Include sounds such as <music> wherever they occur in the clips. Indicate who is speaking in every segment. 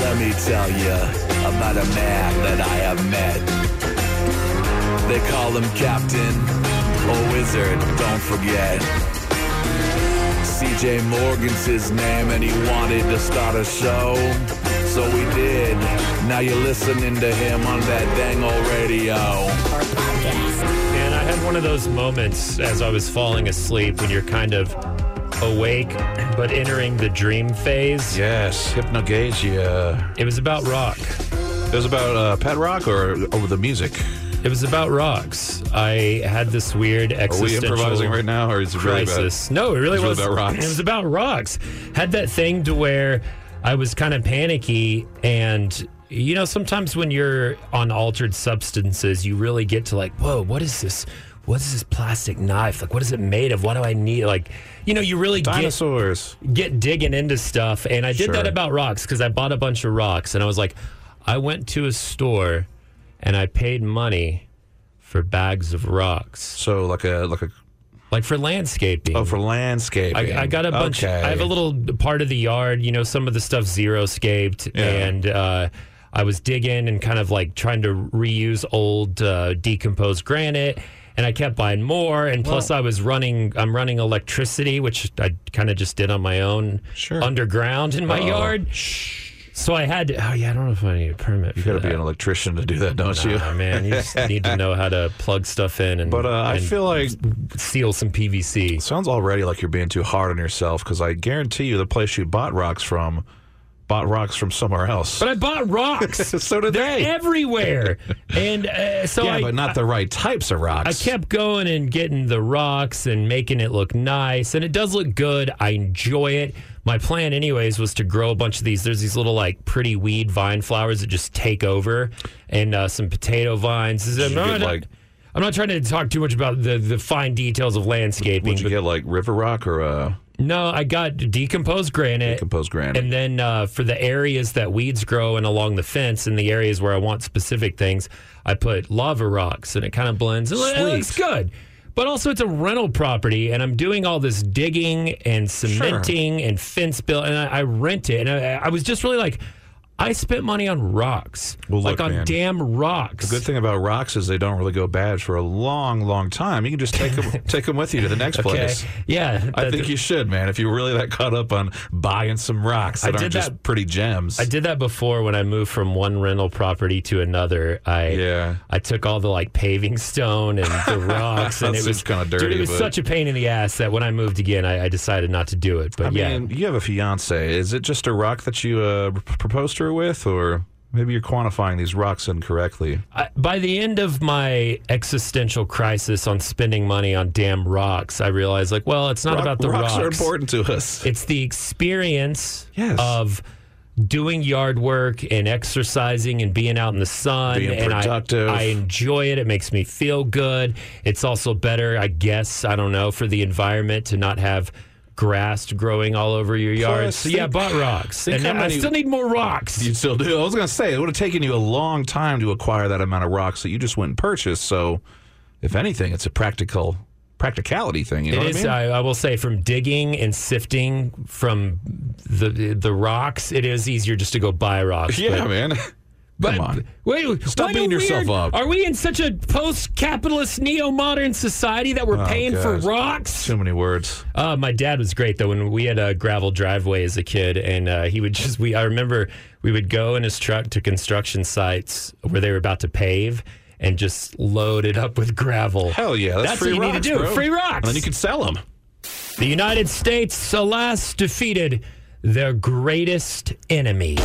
Speaker 1: Let me tell you about a man that I have met. They call him Captain or Wizard, don't forget. CJ Morgan's his name, and he wanted to start a show. So we did. Now you're listening to him on that dang old radio.
Speaker 2: And I had one of those moments as I was falling asleep when you're kind of awake but entering the dream phase.
Speaker 3: Yes, hypnogagia.
Speaker 2: It was about rock.
Speaker 3: It was about uh, Pet Rock or over the music.
Speaker 2: It was about rocks. I had this weird
Speaker 3: Are we
Speaker 2: existential
Speaker 3: improvising right now, or is it really about-
Speaker 2: crisis. No, it really
Speaker 3: It was
Speaker 2: was
Speaker 3: about rocks.
Speaker 2: It was about rocks. Had that thing to where I was kind of panicky, and you know, sometimes when you're on altered substances, you really get to like, whoa, what is this? What is this plastic knife? Like, what is it made of? What do I need? Like, you know, you really get
Speaker 3: Dinosaurs.
Speaker 2: get digging into stuff. And I did
Speaker 3: Sure.
Speaker 2: that about rocks because I bought a bunch of rocks and I was like, I went to a store and I paid money for bags of rocks,
Speaker 3: So like a like a
Speaker 2: like for landscaping.
Speaker 3: oh for landscape.
Speaker 2: I, I got a bunch. I have a little part of the yard, you know, some of the stuff zero scaped,
Speaker 3: Yeah.
Speaker 2: and uh, I was digging and kind of like trying to reuse old uh, decomposed granite. And I kept buying more, and plus I was running. I'm running electricity, which I kind of just did on my own,
Speaker 3: Sure.
Speaker 2: underground in my yard. So I had. To, oh yeah, I don't know if I need a permit.
Speaker 3: You
Speaker 2: for
Speaker 3: got to
Speaker 2: that.
Speaker 3: be an electrician to do that, don't you?
Speaker 2: Nah, man, you just need to know how to plug stuff in and,
Speaker 3: But uh, I
Speaker 2: and
Speaker 3: feel like
Speaker 2: seal some
Speaker 3: <laughs>
Speaker 2: PVC.
Speaker 3: sounds already like you're being too hard on yourself because I guarantee you the place you bought rocks from bought rocks from somewhere else.
Speaker 2: But I bought
Speaker 3: <laughs>
Speaker 2: rocks.
Speaker 3: so did they.
Speaker 2: everywhere. and uh, so
Speaker 3: yeah,
Speaker 2: I,
Speaker 3: but not the right types of
Speaker 2: I
Speaker 3: rocks.
Speaker 2: kept going and getting the rocks and making it look nice. And it does look good. I enjoy it. My plan, anyways, was to grow a bunch of these. There's these little, like, pretty weed vine flowers that just take over and uh, some potato vines. This is- I'm,
Speaker 3: you
Speaker 2: not,
Speaker 3: get, like-
Speaker 2: I'm not trying to talk too much about the, the fine details of landscaping.
Speaker 3: Would you
Speaker 2: but
Speaker 3: get like river rock or uh,
Speaker 2: no, I got decomposed granite.
Speaker 3: composed granite?
Speaker 2: And then uh, for the areas that weeds grow and along the fence, and the areas where I want specific things, I put lava rocks, and it kind of blends. It
Speaker 3: Sweet.
Speaker 2: looks good, but also it's a rental property, and I'm doing all this digging and cementing and fence build, and I, I rent it. And I, I was just really like, I spent money on rocks,
Speaker 3: Well,
Speaker 2: like
Speaker 3: look,
Speaker 2: on
Speaker 3: man.
Speaker 2: damn rocks.
Speaker 3: Good thing about rocks is they don't really go bad for a long, long time. You can just
Speaker 2: <laughs>
Speaker 3: take them, take 'em with you to the next
Speaker 2: okay,
Speaker 3: place.
Speaker 2: yeah,
Speaker 3: I
Speaker 2: that-
Speaker 3: think you should, man. If you're really that caught up on buying some rocks that
Speaker 2: I
Speaker 3: aren't
Speaker 2: did
Speaker 3: just
Speaker 2: that-
Speaker 3: pretty gems,
Speaker 2: I did that before when I moved from one rental property to another. I
Speaker 3: Yeah.
Speaker 2: I took all the like paving stone and
Speaker 3: <laughs>
Speaker 2: the rocks, and
Speaker 3: That
Speaker 2: it was
Speaker 3: seems kinda
Speaker 2: dude,
Speaker 3: dirty,
Speaker 2: It was
Speaker 3: but-
Speaker 2: such a pain in the ass that when I moved again, I, I decided not to do it. But
Speaker 3: I
Speaker 2: yeah,
Speaker 3: mean, you have a fiance. Is it just a rock that you uh, p- proposed to her with, or maybe you're quantifying these rocks incorrectly?
Speaker 2: I, by the end of my existential crisis on spending money on damn rocks, I realized like, well, it's not
Speaker 3: Rock-
Speaker 2: about the
Speaker 3: rocks,
Speaker 2: rocks.
Speaker 3: are important to us.
Speaker 2: It's the experience
Speaker 3: Yes.
Speaker 2: of doing yard work and exercising and being out in the sun
Speaker 3: Being
Speaker 2: and I-
Speaker 3: productive.
Speaker 2: I, enjoy it it makes me feel good it's also better i guess i don't know for the environment to not have grass growing all over your yard
Speaker 3: Plus,
Speaker 2: so yeah
Speaker 3: think-
Speaker 2: bought rocks
Speaker 3: think
Speaker 2: and
Speaker 3: how
Speaker 2: i
Speaker 3: many-
Speaker 2: still need more rocks
Speaker 3: You still do. I was gonna say it would have taken you a long time to acquire that amount of rocks that you just went and purchased. So, if anything, it's a practical practicality thing. You know
Speaker 2: It
Speaker 3: what
Speaker 2: is.
Speaker 3: I mean?
Speaker 2: I, I will say, from digging and sifting from the the rocks, it is easier just to go buy rocks.
Speaker 3: yeah,
Speaker 2: but-
Speaker 3: man.
Speaker 2: But
Speaker 3: Come on.
Speaker 2: wait,
Speaker 3: Stop
Speaker 2: why
Speaker 3: beating
Speaker 2: do
Speaker 3: yourself
Speaker 2: weird-
Speaker 3: up.
Speaker 2: Are we in such a post-capitalist, neo-modern society that we're paying for
Speaker 3: Oh, God.
Speaker 2: rocks?
Speaker 3: Too many words.
Speaker 2: Uh, my dad was great though. When we had a gravel driveway as a kid, and uh, he would just we I remember we would go in his truck to construction sites where they were about to pave. And just load it up with gravel.
Speaker 3: Hell yeah, that's,
Speaker 2: that's
Speaker 3: free
Speaker 2: what you
Speaker 3: rocks,
Speaker 2: need to do.
Speaker 3: bro.
Speaker 2: Free rocks.
Speaker 3: And then you can sell them.
Speaker 2: The United States, alas, defeated their greatest enemy.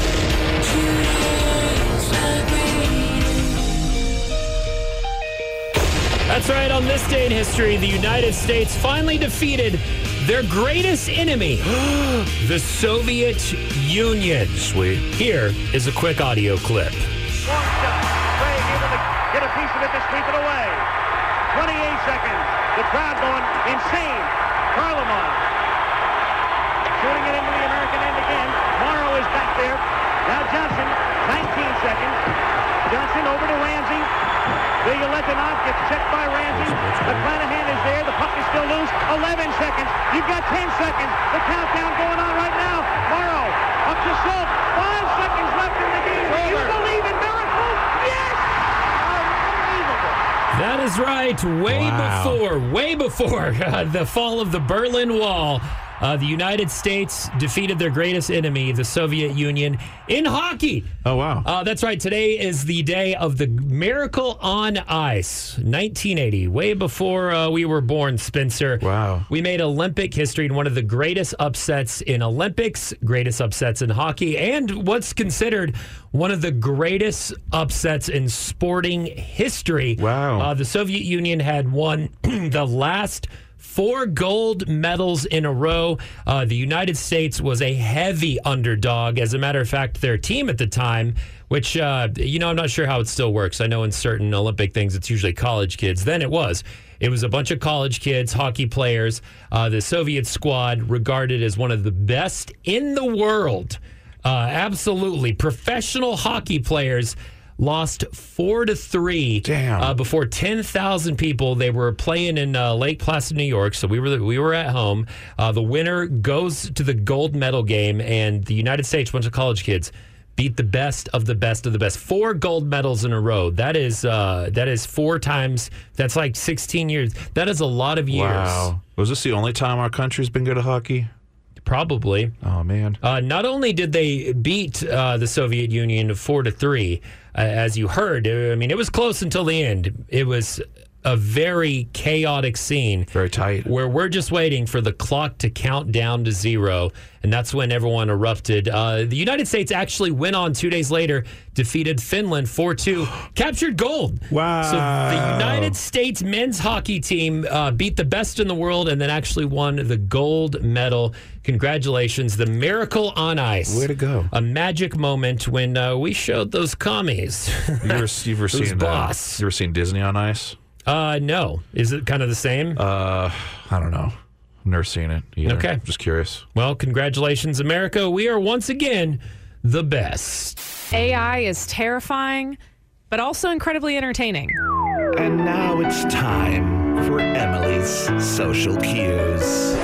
Speaker 2: That's right, on this day in history, the United States finally defeated their greatest enemy, <gasps> the Soviet Union. Sweet. Here is a quick audio clip.
Speaker 4: Craig able to get a piece of it to sweep it away. 28 seconds. The crowd going insane. Karlamov shooting it into the American end again. Morrow is back there. Now Johnson, 19 seconds. Johnson over to Ramsey. Villalentinov gets checked by Ramsey. McClanahan is there. The puck is still loose. 11 seconds. You've got 10 seconds. The countdown going on right now. Morrow up to Schultz. Five seconds left in
Speaker 2: was right. Way
Speaker 3: Wow.
Speaker 2: before, way before <laughs> uh, the fall of the Berlin Wall, uh, the United States defeated their greatest enemy, the Soviet Union, in hockey.
Speaker 3: Oh, wow.
Speaker 2: Uh, that's right. Today is the day of the Miracle on Ice, 1980, way before uh, we were born, Spencer.
Speaker 3: Wow.
Speaker 2: We made Olympic history in one of the greatest upsets in Olympics, greatest upsets in hockey, and what's considered one of the greatest upsets in sporting history.
Speaker 3: Wow.
Speaker 2: Uh, the Soviet Union had won <clears throat> the last four gold medals in a row. Uh, the United States was a heavy underdog. As a matter of fact, their team at the time, which, uh, you know, I'm not sure how it still works. I know in certain Olympic things, it's usually college kids. Then it was. It was a bunch of college kids, hockey players. Uh, the Soviet squad, regarded as one of the best in the world. Uh, absolutely. Professional hockey players lost four to three
Speaker 3: Damn.
Speaker 2: uh, before 10,000 people. They were playing in uh, Lake Placid, New York, so we were we were at home. Uh, the winner goes to the gold medal game, and the United States, bunch of college kids, beat the best of the best of the best. Four gold medals in a row. That is uh, that is four times. That's like 16 years. That is a lot of years,
Speaker 3: Wow. Was this the only time our country's been good at hockey?
Speaker 2: probably.
Speaker 3: Oh, man.
Speaker 2: Uh, not only did they beat uh, the Soviet Union four to three, uh, as you heard, uh, I mean it was close until the end. It was a very chaotic scene
Speaker 3: Very tight.
Speaker 2: where we're just waiting for the clock to count down to zero, and that's when everyone erupted. Uh, the United States actually went on two days later, defeated Finland 4 2, <gasps> captured gold.
Speaker 3: Wow.
Speaker 2: So the United States men's hockey team uh, beat the best in the world and then actually won the gold medal. Congratulations, the miracle on ice.
Speaker 3: Way to go.
Speaker 2: A magic moment when uh, we showed those commies. <laughs>
Speaker 3: You ever, you ever seen uh,
Speaker 2: boss?
Speaker 3: You ever seen Disney on Ice?
Speaker 2: uh, no. Is it kind of the same?
Speaker 3: Uh, I don't know. I've never seen it. Either.
Speaker 2: Okay.
Speaker 3: just curious.
Speaker 2: Well, congratulations, America. We are once again the best.
Speaker 5: AI is terrifying, but also incredibly entertaining.
Speaker 1: And now it's time for Emily's social cues.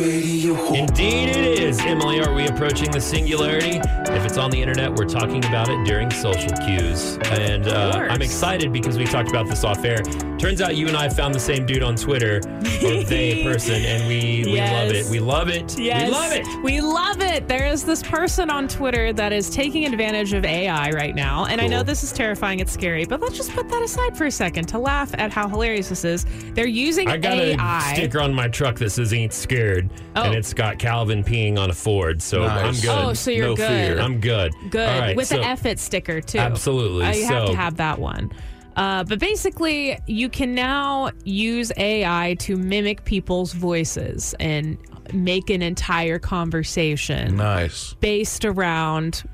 Speaker 2: Indeed, it is. Emily, are we approaching the singularity? If it's on the internet, we're talking about it during social cues. And uh,
Speaker 5: course.
Speaker 2: I'm excited because we talked about this off air. Turns out you and I found the same dude on Twitter, or they person, and we,
Speaker 5: <laughs> Yes.
Speaker 2: we love it. We love it. We love it.
Speaker 5: We love it. There is this person on Twitter that is taking advantage of AI right now. And I know this is terrifying, it's scary, but let's just put that aside for a second to laugh at how hilarious this is. They're using
Speaker 2: I got
Speaker 5: AI.
Speaker 2: a sticker on my truck that says "Ain't Scared,"
Speaker 5: Oh.
Speaker 2: and it's got Calvin peeing on a Ford. So
Speaker 3: Nice.
Speaker 2: I'm good.
Speaker 5: Oh, so you're
Speaker 3: No
Speaker 5: good.
Speaker 3: fear.
Speaker 2: I'm good.
Speaker 5: good
Speaker 2: All right,
Speaker 5: with
Speaker 2: so-
Speaker 5: the F it sticker too.
Speaker 2: Absolutely.
Speaker 5: I have
Speaker 2: So-
Speaker 5: to have that one. Uh, but basically, you can now use AI to mimic people's voices and make an entire conversation
Speaker 3: Nice.
Speaker 5: based around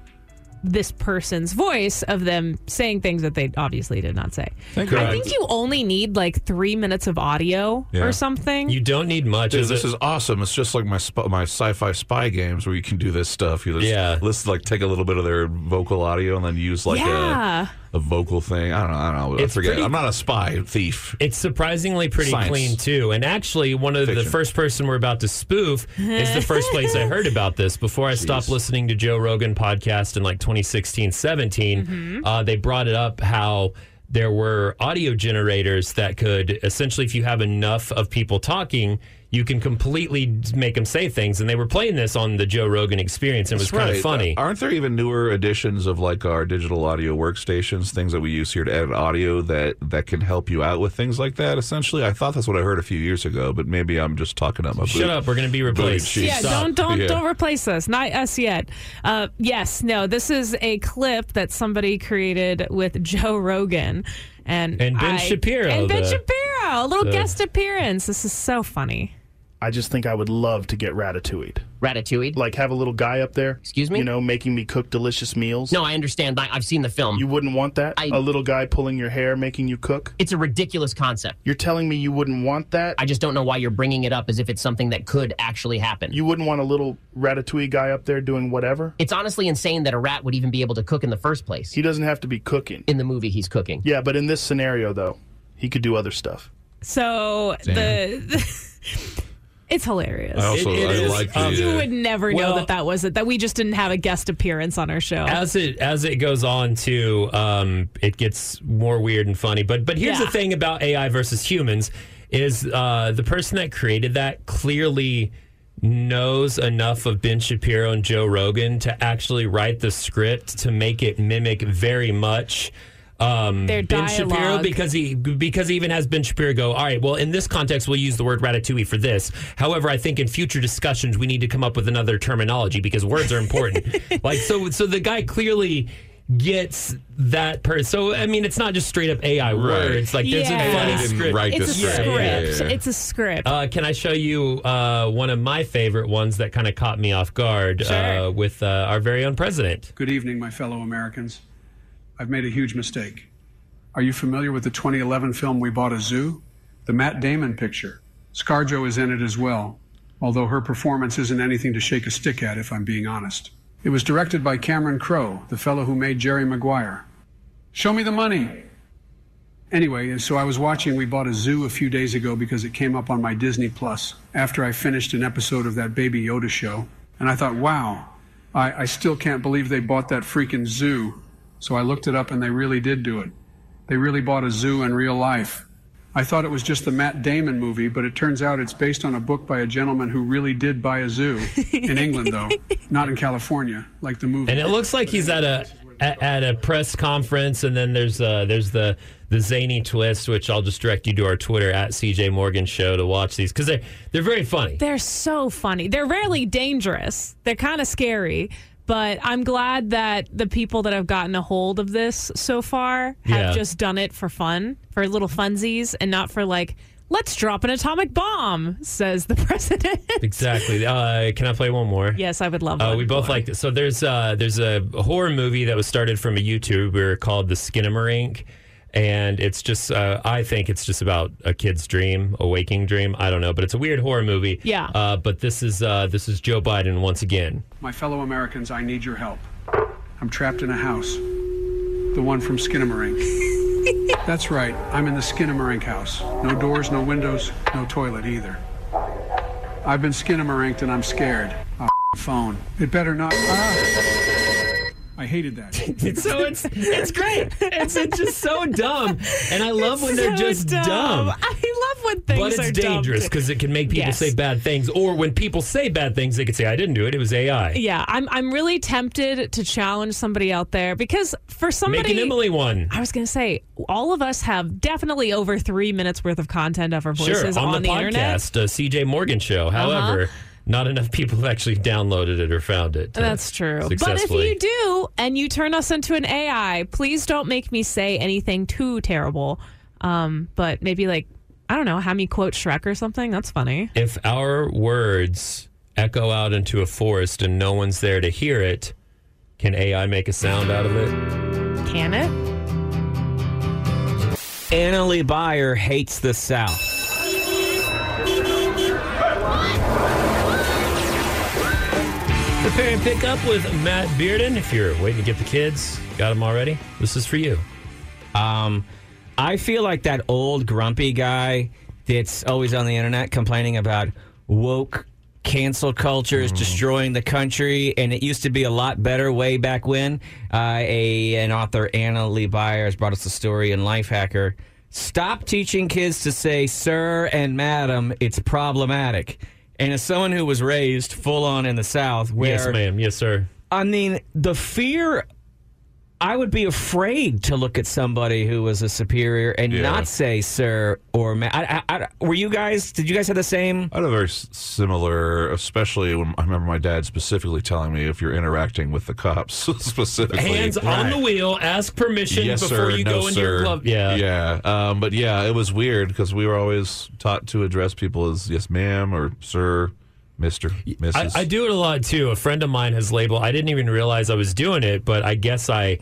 Speaker 5: this person's voice of them saying things that they obviously did not say.
Speaker 3: Thank
Speaker 5: I think you only need like three minutes of audio
Speaker 3: Yeah.
Speaker 5: or something.
Speaker 2: You don't need much.
Speaker 3: Dude,
Speaker 2: is
Speaker 3: this
Speaker 2: it?
Speaker 3: is awesome. It's just like my sp- my sci-fi spy games where you can do this stuff. You just
Speaker 2: Yeah.
Speaker 3: listen, like take a little bit of their vocal audio and then use like
Speaker 5: Yeah.
Speaker 3: a, a vocal thing. I don't know. I don't know.
Speaker 2: It's
Speaker 3: I forget.
Speaker 2: pretty-
Speaker 3: I'm not a spy thief.
Speaker 2: It's surprisingly pretty
Speaker 3: Science.
Speaker 2: clean too. And actually, one of the
Speaker 3: Fiction.
Speaker 2: first person we're about to spoof is the first place I heard about this before I stopped listening to Joe Rogan podcast in like 2016, 17.
Speaker 5: Mm-hmm.
Speaker 2: Uh, they brought it up how there were audio generators that could essentially, if you have enough of people talking, you can completely make them say things. And they were playing this on the Joe Rogan experience, and it was kind of funny.
Speaker 3: Uh, aren't there even newer editions of like our digital audio workstations, things that we use here to edit audio that that can help you out with things like that? Essentially, I thought that's what I heard a few years ago, but maybe I'm just talking up my
Speaker 2: Shut
Speaker 3: boot.
Speaker 2: up, we're going to be replaced.
Speaker 3: cheeks.
Speaker 5: Yeah,
Speaker 2: Stop.
Speaker 5: don't don't
Speaker 3: Yeah.
Speaker 5: don't replace us. Not us yet. Uh, yes, no. This is a clip that somebody created with Joe Rogan and
Speaker 2: And Ben
Speaker 5: I-
Speaker 2: Shapiro,
Speaker 5: and Ben
Speaker 2: the-
Speaker 5: Shapiro, a little
Speaker 2: the-
Speaker 5: guest appearance. This is so funny.
Speaker 6: I just think I would love to get ratatouille.
Speaker 7: Ratatouille?
Speaker 6: Like have a little guy up there.
Speaker 7: Excuse me?
Speaker 6: You know, making me cook delicious meals.
Speaker 7: No, I understand. I, I've seen the film.
Speaker 6: You wouldn't want that?
Speaker 7: I-
Speaker 6: A little guy pulling your hair, making you cook?
Speaker 7: it's a ridiculous concept.
Speaker 6: You're telling me you wouldn't want that?
Speaker 7: I just don't know why you're bringing it up as if it's something that could actually happen.
Speaker 6: you wouldn't want a little ratatouille guy up there doing whatever?
Speaker 7: it's honestly insane that a rat would even be able to cook in the first place.
Speaker 6: He doesn't have to be cooking.
Speaker 7: in the movie, he's cooking.
Speaker 6: Yeah, but in this scenario though, he could do other stuff.
Speaker 5: So the. <laughs> It's hilarious.
Speaker 3: I also
Speaker 2: It- it
Speaker 3: I
Speaker 2: is,
Speaker 3: like the. uh,
Speaker 2: um,
Speaker 5: You would never know
Speaker 2: Well-
Speaker 5: that that was it. That we just didn't have a guest appearance on our show.
Speaker 2: as it as it goes on too, um, it gets more weird and funny. But but here's
Speaker 5: Yeah.
Speaker 2: the thing about AI versus humans is uh, the person that created that clearly knows enough of Ben Shapiro and Joe Rogan to actually write the script to make it mimic very much. Um,
Speaker 5: Their
Speaker 2: ben Shapiro
Speaker 5: dialogue.
Speaker 2: because he because he even has Ben Shapiro go. All right, well, in this context, we'll use the word ratatouille for this. However, I think in future discussions, we need to come up with another terminology because words are important.
Speaker 5: <laughs>
Speaker 2: like so, so the guy clearly gets that person. So I mean, it's not just straight up AI words. Like there's
Speaker 5: Yeah.
Speaker 2: a funny
Speaker 5: AI didn't
Speaker 2: script.
Speaker 3: write
Speaker 5: it's a
Speaker 3: this
Speaker 5: script.
Speaker 2: right. Yeah,
Speaker 3: yeah, yeah.
Speaker 5: It's a script.
Speaker 2: Uh, can I show you uh, one of my favorite ones that kind of caught me off guard uh,
Speaker 5: Sure.
Speaker 2: with uh, our very own president?
Speaker 8: Good evening, my fellow Americans. I've made a huge mistake. Are you familiar with the 2011 film We Bought a Zoo? The Matt Damon picture. ScarJo is in it as well, although her performance isn't anything to shake a stick at, if I'm being honest. It was directed by Cameron Crowe, the fellow who made Jerry Maguire. Show me the money! Anyway, so I was watching We Bought a Zoo a few days ago because it came up on my Disney Plus after I finished an episode of that Baby Yoda show. And I thought, wow, I, I still can't believe they bought that freaking zoo. So I looked it up and they really did do it. They really bought a zoo in real life. I thought it was just the Matt Damon movie, but it turns out it's based on a book by a gentleman who really did buy a zoo in England, though, not in California, like the movie.
Speaker 2: And it looks like he's at a at at a press conference, and then there's uh, there's the the zany twist, which I'll just direct you to our Twitter at CJ Morgan Show to watch these because they're they're very funny.
Speaker 5: They're so funny. They're rarely dangerous. They're kind of scary, but I'm glad that the people that have gotten a hold of this so far have
Speaker 2: Yeah.
Speaker 5: just done it for fun, for little funsies, and not for like, let's drop an atomic bomb, says the <laughs> president.
Speaker 2: Exactly. Uh, can I play one more?
Speaker 5: yes, I would love
Speaker 2: Uh,
Speaker 5: one
Speaker 2: we both
Speaker 5: more.
Speaker 2: liked it. So there's uh, there's a horror movie that was started from a YouTuber called The Skinamarink. And it's just, uh, I think it's just about a kid's dream, a waking dream. I don't know, but it's a weird horror movie.
Speaker 5: Yeah.
Speaker 2: Uh, but this is uh, this is Joe Biden once again. <laughs>
Speaker 8: My fellow Americans, I need your help. I'm trapped in a house. The one from Skinnamarink. That's right, I'm in the Skinnamarink house. No doors, no windows, no toilet either. I've been Skinnamarinked and I'm scared. Ah, phone. It better not. Ah! I hated that.
Speaker 2: so it's it's great. <laughs> It's, it's just so dumb, and I love when they're
Speaker 5: So
Speaker 2: just dumb.
Speaker 5: I love when things
Speaker 2: But
Speaker 5: are
Speaker 2: it's
Speaker 5: dumb,
Speaker 2: dangerous
Speaker 5: too.
Speaker 2: because it can make people
Speaker 5: Yes.
Speaker 2: say bad things, or when people say bad things, they could say, "I didn't do it. It was AI."
Speaker 5: Yeah, I'm I'm really tempted to challenge somebody out there because for somebody
Speaker 2: Make an Emily one.
Speaker 5: I was going to say, all of us have definitely over three minutes worth of content of our
Speaker 2: Sure,
Speaker 5: voices
Speaker 2: on,
Speaker 5: on,
Speaker 2: the,
Speaker 5: internet. Uh-huh.
Speaker 2: podcast, uh, CJ Morgan show. However, not enough people have actually downloaded it or found it. uh,
Speaker 5: That's true. But if
Speaker 2: successfully.
Speaker 5: you do and you turn us into an AI, please don't make me say anything too terrible. Um, but maybe like, I don't know, have me quote Shrek or something. That's funny.
Speaker 2: if our words echo out into a forest and no one's there to hear it, can AI make a sound out of it?
Speaker 5: Can it?
Speaker 9: Annalie Byer hates the South.
Speaker 2: Prepare and pick up with Matt Bearden. If you're waiting to get the kids, got them already. This is for you. Um,
Speaker 9: I feel like that old grumpy guy that's always on the internet complaining about woke cancel culture
Speaker 2: Mm.
Speaker 9: is destroying the country and it used to be a lot better way back when uh, a an author anna lee byers brought us a story in life hacker stop teaching kids to say sir and madam it's problematic and as someone who was raised full on in the south where
Speaker 2: Yes, ma'am. Yes, sir.
Speaker 9: I mean, the fear. I would be afraid to look at somebody who was a superior and
Speaker 3: Yeah.
Speaker 9: not say sir or ma- I, I, I, were you guys? Did you guys have the same?
Speaker 3: I had a very s- similar, especially when I remember my dad specifically telling me if you're interacting with the cops <laughs> specifically.
Speaker 2: Hands on the wheel. Ask <laughs> permission
Speaker 3: Yes,
Speaker 2: before
Speaker 3: sir.
Speaker 2: you
Speaker 3: no,
Speaker 2: go into
Speaker 3: sir.
Speaker 2: your glove. Yeah.
Speaker 3: yeah. Um, but yeah, it was weird because we were always taught to address people as yes, ma'am, or sir, Mister,
Speaker 2: I,
Speaker 3: Mrs.
Speaker 2: I do it a lot too. A friend of mine has labeled. I didn't even realize I was doing it, but I guess I h-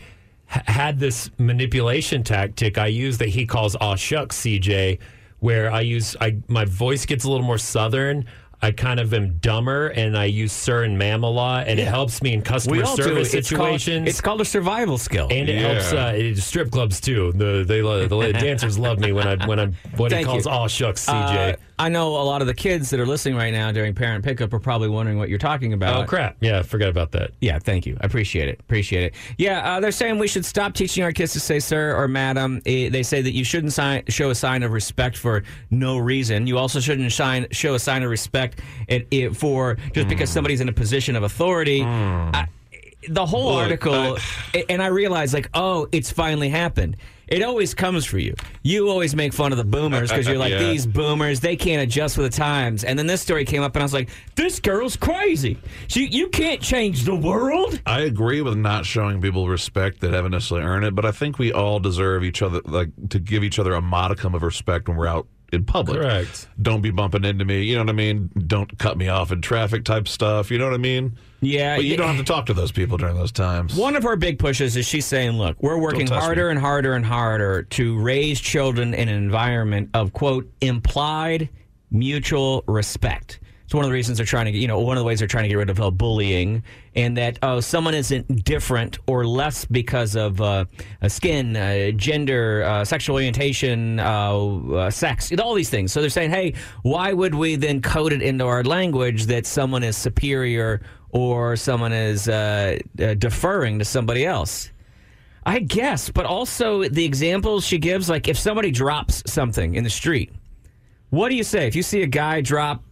Speaker 2: had this manipulation tactic I use that he calls "aw shucks," CJ, where I use I my voice gets a little more southern. I kind of am dumber, and I use "sir" and "ma'am" a lot, and it helps me in customer service
Speaker 9: It's called-
Speaker 2: situations.
Speaker 9: It's called, a survival skill.
Speaker 2: and it
Speaker 3: Yeah.
Speaker 2: helps uh, it-
Speaker 9: <laughs>
Speaker 2: strip clubs too. The they lo- the la- dancers love me when I when I am what he
Speaker 9: Thank
Speaker 2: calls
Speaker 9: you.
Speaker 2: "aw shucks,"
Speaker 9: Uh,
Speaker 2: CJ.
Speaker 9: I know a lot of the kids that are listening right now during parent pickup are probably wondering what you're talking about.
Speaker 2: Oh crap! Yeah, forgot about that.
Speaker 9: Yeah, thank you. I appreciate it. Appreciate it. Yeah, uh, they're saying we should stop teaching our kids to say sir or madam. Eh, They say that you shouldn't sign, show a sign of respect for no reason. You also shouldn't shine, show a sign of respect it, it, for just because somebody's in a position of authority. I, the whole
Speaker 3: Look,
Speaker 9: article, a- and I realize, like, oh, it's finally happened. It always comes for you. You always make fun of the boomers because you're like,
Speaker 3: Yeah.
Speaker 9: these boomers, they can't adjust with the times. And then this story came up, and I was like, this girl's crazy. She, you can't change the world.
Speaker 3: I agree with not showing people respect that haven't necessarily earned it, but I think we all deserve each other, like to give each other a modicum of respect when we're out in public.
Speaker 2: Correct.
Speaker 3: Don't be bumping into me. You know what I mean? Don't cut me off in traffic type stuff. You know what I mean?
Speaker 9: Yeah.
Speaker 3: But
Speaker 9: y-
Speaker 3: you don't have to talk to those people during those times.
Speaker 9: One of her big pushes is she's saying, look, we're working
Speaker 3: touch
Speaker 9: harder
Speaker 3: me.
Speaker 9: and harder and harder to raise children in an environment of, quote, implied mutual respect. It's one of the reasons they're trying to get, you know, one of the ways they're trying to get rid of uh, bullying and that, oh, someone isn't different or less because of uh, uh, skin, uh, gender, uh, sexual orientation, uh, uh, sex, all these things. So they're saying, hey, why would we then code it into our language that someone is superior or someone is uh, uh, deferring to somebody else. I guess, but also the examples she gives, like if somebody drops something in the street, what do you say? If you see a guy drop,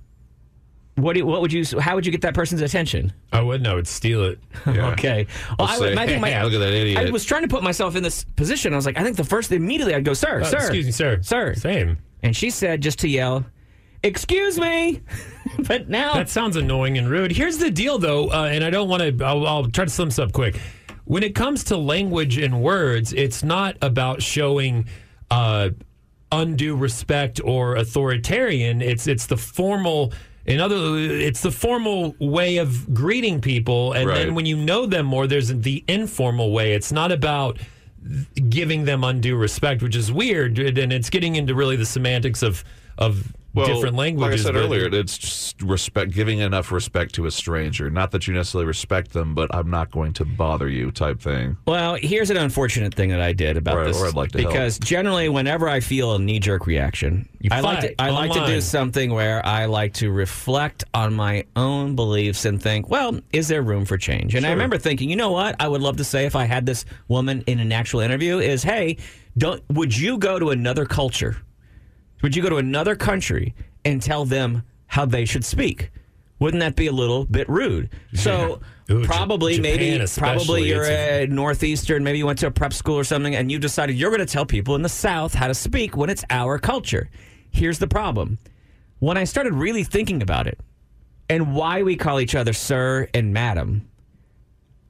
Speaker 9: what do you, what would you? How would you get that person's attention?
Speaker 2: I wouldn't. I would steal it.
Speaker 9: <laughs>
Speaker 3: Yeah.
Speaker 9: Okay. Well,
Speaker 3: Let's
Speaker 9: I, would-
Speaker 3: say,
Speaker 2: <laughs>
Speaker 9: I think my,
Speaker 3: "Hey, look at that idiot."
Speaker 9: I was trying to put myself in this position. I was like, I think the first immediately I'd go, sir,
Speaker 2: Uh,
Speaker 9: sir,
Speaker 2: Excuse me, sir.
Speaker 9: sir.
Speaker 2: Same.
Speaker 9: And she said just to yell, "Excuse me," <laughs> but now
Speaker 2: That sounds annoying and rude. Here's the deal, though, uh, and I don't want to. I'll, I'll try to sum this up quick. When it comes to language and words, it's not about showing uh, undue respect or authoritarian. It's it's the formal. In other, it's the formal way of greeting people, and
Speaker 3: Right.
Speaker 2: then when you know them more, there's the informal way. It's not about giving them undue respect, which is weird, and it's getting into really the semantics of of different languages.
Speaker 3: Like I said
Speaker 2: but-
Speaker 3: earlier, it's just respect, giving enough respect to a stranger. Not that you necessarily respect them, but I'm not going to bother you type thing.
Speaker 9: Well, here's an unfortunate thing that I did about
Speaker 3: Or-
Speaker 9: this.
Speaker 3: or I'd like to
Speaker 9: because generally, whenever I feel a knee jerk reaction, I like
Speaker 2: fight
Speaker 9: to, I like to do
Speaker 2: online.
Speaker 9: something where I like to reflect on my own beliefs and think, well, is there room for change? And I remember thinking, you know what? I would love to say if I had this woman in an actual interview is, hey, don't would you go to another culture? Would you go to another country and tell them how they should speak? Wouldn't that be a little bit rude? So
Speaker 2: Yeah. <laughs> Ooh, Ja-
Speaker 9: probably maybe
Speaker 2: Japan especially,
Speaker 9: probably you're
Speaker 2: it's
Speaker 9: a,
Speaker 2: a-
Speaker 9: northeastern, maybe you went to a prep school or something, and you decided you're going to tell people in the South how to speak when it's our culture. Here's the problem: when I started really thinking about it and why we call each other sir and madam,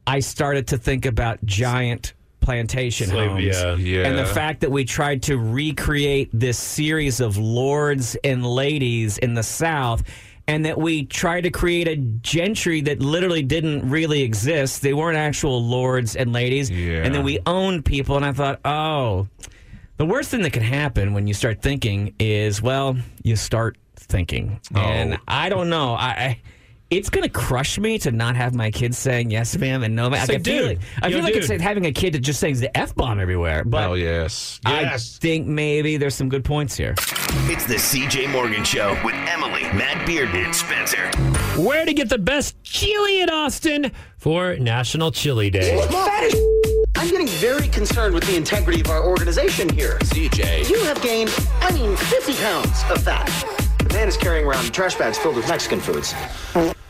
Speaker 9: I started to think about giant plantation
Speaker 2: Slave-
Speaker 9: homes
Speaker 2: yeah.
Speaker 3: Yeah.
Speaker 9: and the fact that we tried to recreate this series of lords and ladies in the South, and that we tried to create a gentry that literally didn't really exist. They weren't actual lords and ladies.
Speaker 3: Yeah.
Speaker 9: And then we owned people, and I thought, oh, the worst thing that can happen when you start thinking is, well, you start thinking.
Speaker 2: Oh.
Speaker 9: And I don't know. I. I it's gonna crush me to not have my kids saying yes, ma'am, and no, ma'am.
Speaker 2: Say,
Speaker 9: I can feel
Speaker 2: dude.
Speaker 9: like I
Speaker 2: Yo,
Speaker 9: feel like it's
Speaker 2: dude.
Speaker 9: like having a kid that just says the f bomb everywhere. But
Speaker 3: oh yes,
Speaker 9: I think maybe there's some good points here.
Speaker 10: It's the CJ Morgan Show with Emily, Matt Bearden, and Spencer.
Speaker 2: Where to get the best chili in Austin for National Chili Day.
Speaker 11: Fat as I'm getting very concerned with the integrity of our organization here. CJ. You have gained, I mean, 50 pounds of fat. The man is carrying around trash bags filled with Mexican foods.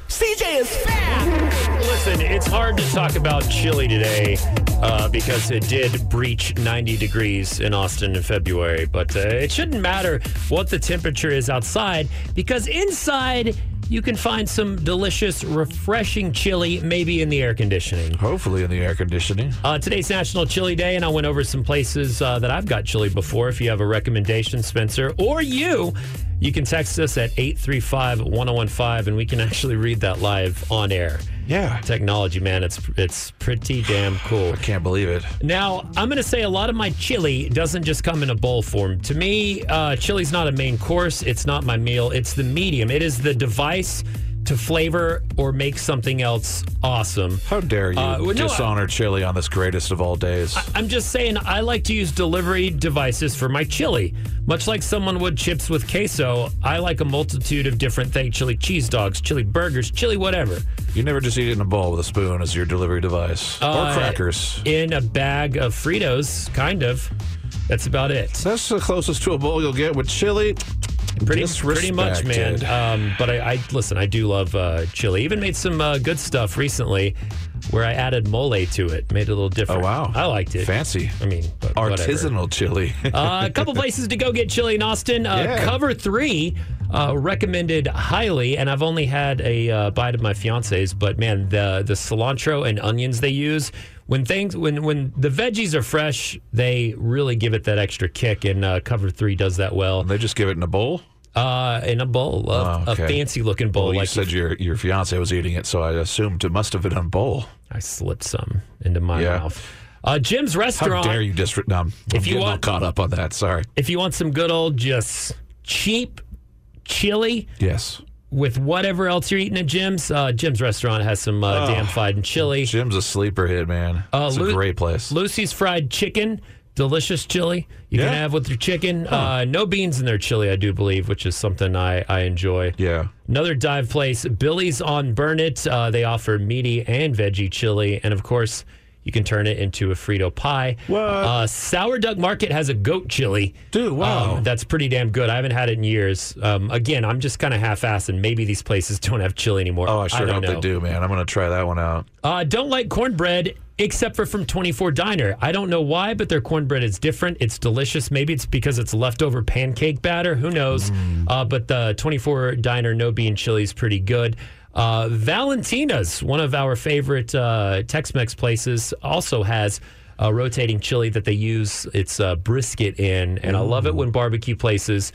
Speaker 2: CJ is fat! Listen, it's hard to talk about chili today uh, because it did breach 90 degrees in Austin in February, but uh, it shouldn't matter what the temperature is outside because inside you can find some delicious, refreshing chili, maybe in the air conditioning.
Speaker 3: Hopefully in the air conditioning.
Speaker 2: Uh, today's National Chili Day, and I went over some places uh, that I've got chili before. If you have a recommendation, Spencer, or you, you can text us at 835 1015, and we can actually read that live on air.
Speaker 3: Yeah.
Speaker 2: Technology, man, it's, it's pretty damn cool.
Speaker 3: Can't believe it.
Speaker 2: Now, I'm going to say a lot of my chili doesn't just come in a bowl form. To me, uh, chili's not a main course. It's not my meal. It's the medium. It is the device to flavor or make something else awesome.
Speaker 3: How dare you
Speaker 2: Uh, well, no,
Speaker 3: dishonor chili on this greatest of all days?
Speaker 2: I'm just saying, I like to use delivery devices for my chili. Much like someone would chips with queso, I like a multitude of different things chili cheese dogs, chili burgers, chili whatever.
Speaker 3: you never just eat it in a bowl with a spoon as your delivery device,
Speaker 2: Uh,
Speaker 3: or crackers.
Speaker 2: In a bag of Fritos, kind of. That's about it.
Speaker 3: That's the closest to a bowl you'll get with chili.
Speaker 2: Pretty, pretty much, man. Um, but I, I listen. I do love uh, chili. Even made some uh, good stuff recently, where I added mole to it. Made it a little different.
Speaker 3: Oh, wow.
Speaker 2: I liked it.
Speaker 3: Fancy.
Speaker 2: I mean, but whatever.
Speaker 3: Artisanal chili.
Speaker 2: uh, a couple places to go get chili in Austin. Uh,
Speaker 3: Yeah.
Speaker 2: Cover three uh, recommended highly, and I've only had a uh, bite of my fiance's, but man, the the cilantro and onions they use when things when when the veggies are fresh, they really give it that extra kick, and uh, Cover three does that well.
Speaker 3: <laughs> they just give it in a bowl.
Speaker 2: Uh, in a bowl, a,
Speaker 3: Oh, okay.
Speaker 2: a fancy looking bowl.
Speaker 3: Well, you
Speaker 2: like
Speaker 3: said your your fiance was eating it, so I assumed it must have been in a bowl.
Speaker 2: I slipped some into my
Speaker 3: Yeah.
Speaker 2: mouth. Uh, Jim's
Speaker 3: How
Speaker 2: restaurant.
Speaker 3: dare you dis? No, I'm, I'm
Speaker 2: If you
Speaker 3: getting all
Speaker 2: want-
Speaker 3: caught up on that. Sorry.
Speaker 2: If you want some good old, just cheap chili,
Speaker 3: Yes.
Speaker 2: with whatever else you're eating at Jim's. Uh, Jim's restaurant has some uh, damn fried and chili.
Speaker 3: Jim's a sleeper hit, man.
Speaker 2: Uh,
Speaker 3: it's
Speaker 2: Lu-
Speaker 3: a great place.
Speaker 2: Lucy's fried chicken, delicious chili you
Speaker 3: Yeah.
Speaker 2: can have with your chicken. Uh, no beans in their chili, I do believe, which is something I, I enjoy.
Speaker 3: yeah.
Speaker 2: Another dive place, Billy's on Burn It. Uh, they offer meaty and veggie chili, and of course, you can turn it into a Frito pie.
Speaker 3: What?
Speaker 2: Uh, Sour Duck Market has a goat chili.
Speaker 3: Dude, wow.
Speaker 2: Um, that's pretty damn good. I haven't had it in years. Um, again, I'm just kind of half-assed, and maybe these places <laughs> don't have chili anymore.
Speaker 3: Oh, I sure
Speaker 2: don't
Speaker 3: hope
Speaker 2: know.
Speaker 3: they do, man. I'm gonna try that one out.
Speaker 2: Uh, don't like cornbread except for from 24 Diner. I don't know why, but their cornbread is different. It's delicious. Maybe it's because it's leftover pancake batter. Who knows? Uh, but the 24 Diner no bean chili is pretty good. Uh, Valentina's, one of our favorite uh, Tex Mex places, also has. A rotating chili that they use its uh, brisket in, and I love it when barbecue places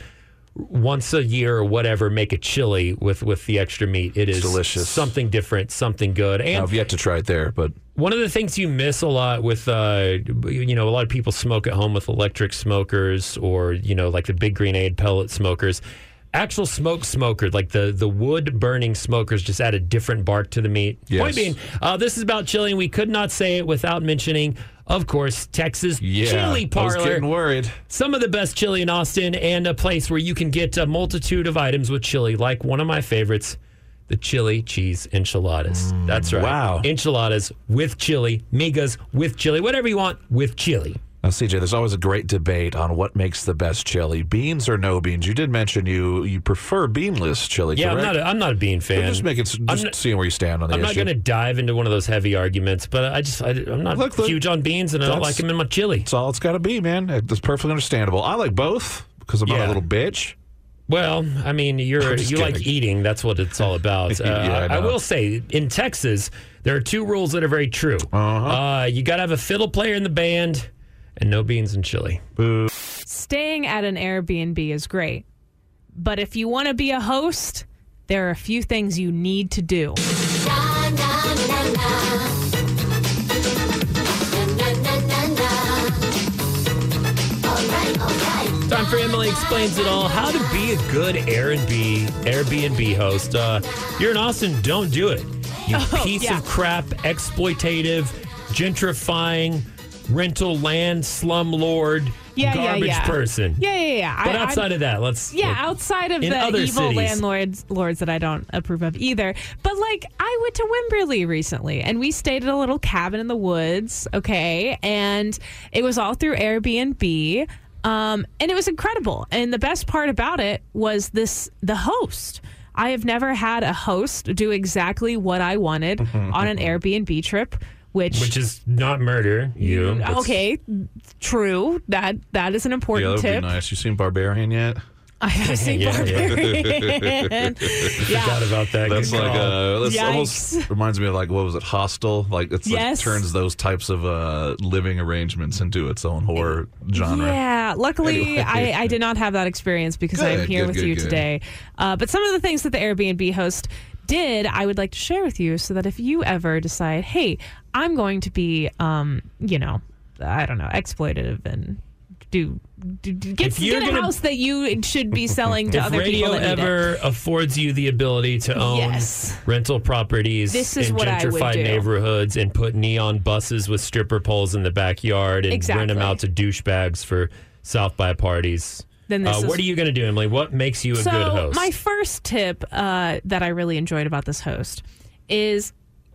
Speaker 2: once a year or whatever make a chili with with the extra meat. It is
Speaker 3: delicious.
Speaker 2: something different, something good, and
Speaker 3: I've yet to try it there, but
Speaker 2: one of the things you miss a lot with, uh, you know, a lot of people smoke at home with electric smokers or, you know, like the big grenade pellet smokers. Actual smoke smoker, like the, the wood burning smokers, just add a different bark to the meat. Point
Speaker 3: Yes.
Speaker 2: being, uh, this is about chili, and we could not say it without mentioning, of course, Texas
Speaker 3: yeah,
Speaker 2: Chili
Speaker 3: I was
Speaker 2: Parlor
Speaker 3: getting worried.
Speaker 2: some of the best chili in Austin and a place where you can get a multitude of items with chili, like one of my favorites, the chili cheese enchiladas. That's right.
Speaker 3: Mm, wow.
Speaker 2: Enchiladas with chili, migas with chili, whatever you want with chili.
Speaker 3: Now, CJ, there's always a great debate on what makes the best chili: beans or no beans. You did mention you you prefer beanless chili,
Speaker 2: Yeah, I'm
Speaker 3: correct?
Speaker 2: not, a, I'm not a bean fan.
Speaker 3: I'm just making, s-
Speaker 2: I'm
Speaker 3: just
Speaker 2: not-
Speaker 3: seeing where you stand on the
Speaker 2: I'm
Speaker 3: issue.
Speaker 2: not going to dive into one of those heavy arguments, but I just, I, am not
Speaker 3: Look, look,
Speaker 2: huge on beans and I don't
Speaker 3: that's-
Speaker 2: like them in my chili.
Speaker 3: That's all it's got to be, man. It's perfectly understandable. I like both because I'm not
Speaker 2: Yeah.
Speaker 3: a little bitch.
Speaker 2: Well, I mean, you're
Speaker 3: I'm
Speaker 2: you
Speaker 3: just
Speaker 2: like
Speaker 3: kidding.
Speaker 2: eating. That's what it's all about. Uh,
Speaker 3: <laughs> Yeah, I
Speaker 2: I,
Speaker 3: know.
Speaker 2: will say, in Texas, there are two rules that are very true.
Speaker 3: Uh-huh.
Speaker 2: Uh, you got to have a fiddle player in the band, and no beans and chili.
Speaker 5: Staying at an Airbnb is great, but if you want to be a host, there are a few things you need to do.
Speaker 2: Time for Emily explains it all. How to be a good Airbnb Airbnb host. Uh, you're in Austin. Don't do it. You piece
Speaker 5: yeah.
Speaker 2: of crap, exploitative, gentrifying, rental land slumlord,
Speaker 5: Yeah, yeah,
Speaker 2: garbage
Speaker 5: yeah.
Speaker 2: person.
Speaker 5: Yeah, yeah, yeah.
Speaker 2: But
Speaker 5: I- I'm-
Speaker 2: outside of that, let's
Speaker 5: Yeah,
Speaker 2: let's-
Speaker 5: outside of
Speaker 2: in
Speaker 5: the
Speaker 2: other
Speaker 5: evil
Speaker 2: cities.
Speaker 5: landlords lords that I don't approve of either. But like I went to Wimberley recently and we stayed at a little cabin in the woods, okay? And it was all through Airbnb. Um, and it was incredible. And the best part about it was this the host. I have never had a host do exactly what
Speaker 2: <laughs>
Speaker 5: I wanted on an Airbnb trip, which,
Speaker 2: which is not murder. You
Speaker 5: okay, true. That that is an
Speaker 3: Yeah, that
Speaker 5: important
Speaker 3: would be
Speaker 5: tip.
Speaker 3: nice. You seen Barbarian yet?
Speaker 5: <laughs> I haven't seen
Speaker 2: Yeah, yeah. <laughs>
Speaker 5: Barbarian.
Speaker 2: Forgot
Speaker 5: yeah.
Speaker 2: about that.
Speaker 3: That's
Speaker 2: Good
Speaker 3: like
Speaker 2: call.
Speaker 3: uh, that's
Speaker 5: Yikes. <laughs>
Speaker 3: almost reminds me of like what was it, Hostel? Like it's
Speaker 5: Yes.
Speaker 3: like turns those types of uh, living arrangements into its own horror genre.
Speaker 5: Yeah, luckily I, I did not have that experience because I am
Speaker 3: Good,
Speaker 5: here
Speaker 3: good,
Speaker 5: with
Speaker 3: good,
Speaker 5: you
Speaker 3: good.
Speaker 5: today. Uh, but some of the things that the Airbnb host did, I would like to share with you so that if you ever decide, hey, I'm going to be, um, you know, I don't know, exploitative and do, do, do- get,
Speaker 2: If you're
Speaker 5: get a
Speaker 2: gonna-
Speaker 5: house that you should be selling
Speaker 2: <laughs>
Speaker 5: to
Speaker 2: if
Speaker 5: other
Speaker 2: radio
Speaker 5: people that need it.
Speaker 2: ever affords you the ability to own
Speaker 5: Yes.
Speaker 2: rental properties
Speaker 5: This is
Speaker 2: in
Speaker 5: what I would
Speaker 2: gentrified
Speaker 5: do.
Speaker 2: neighborhoods and put neon buses with stripper poles in the backyard and rent
Speaker 5: Exactly.
Speaker 2: them out to douchebags for South by parties.
Speaker 5: Then this
Speaker 2: uh,
Speaker 5: is-
Speaker 2: what are you going to do, Emily? What makes you a
Speaker 5: so
Speaker 2: good host?
Speaker 5: my first tip uh, that I really enjoyed about this host is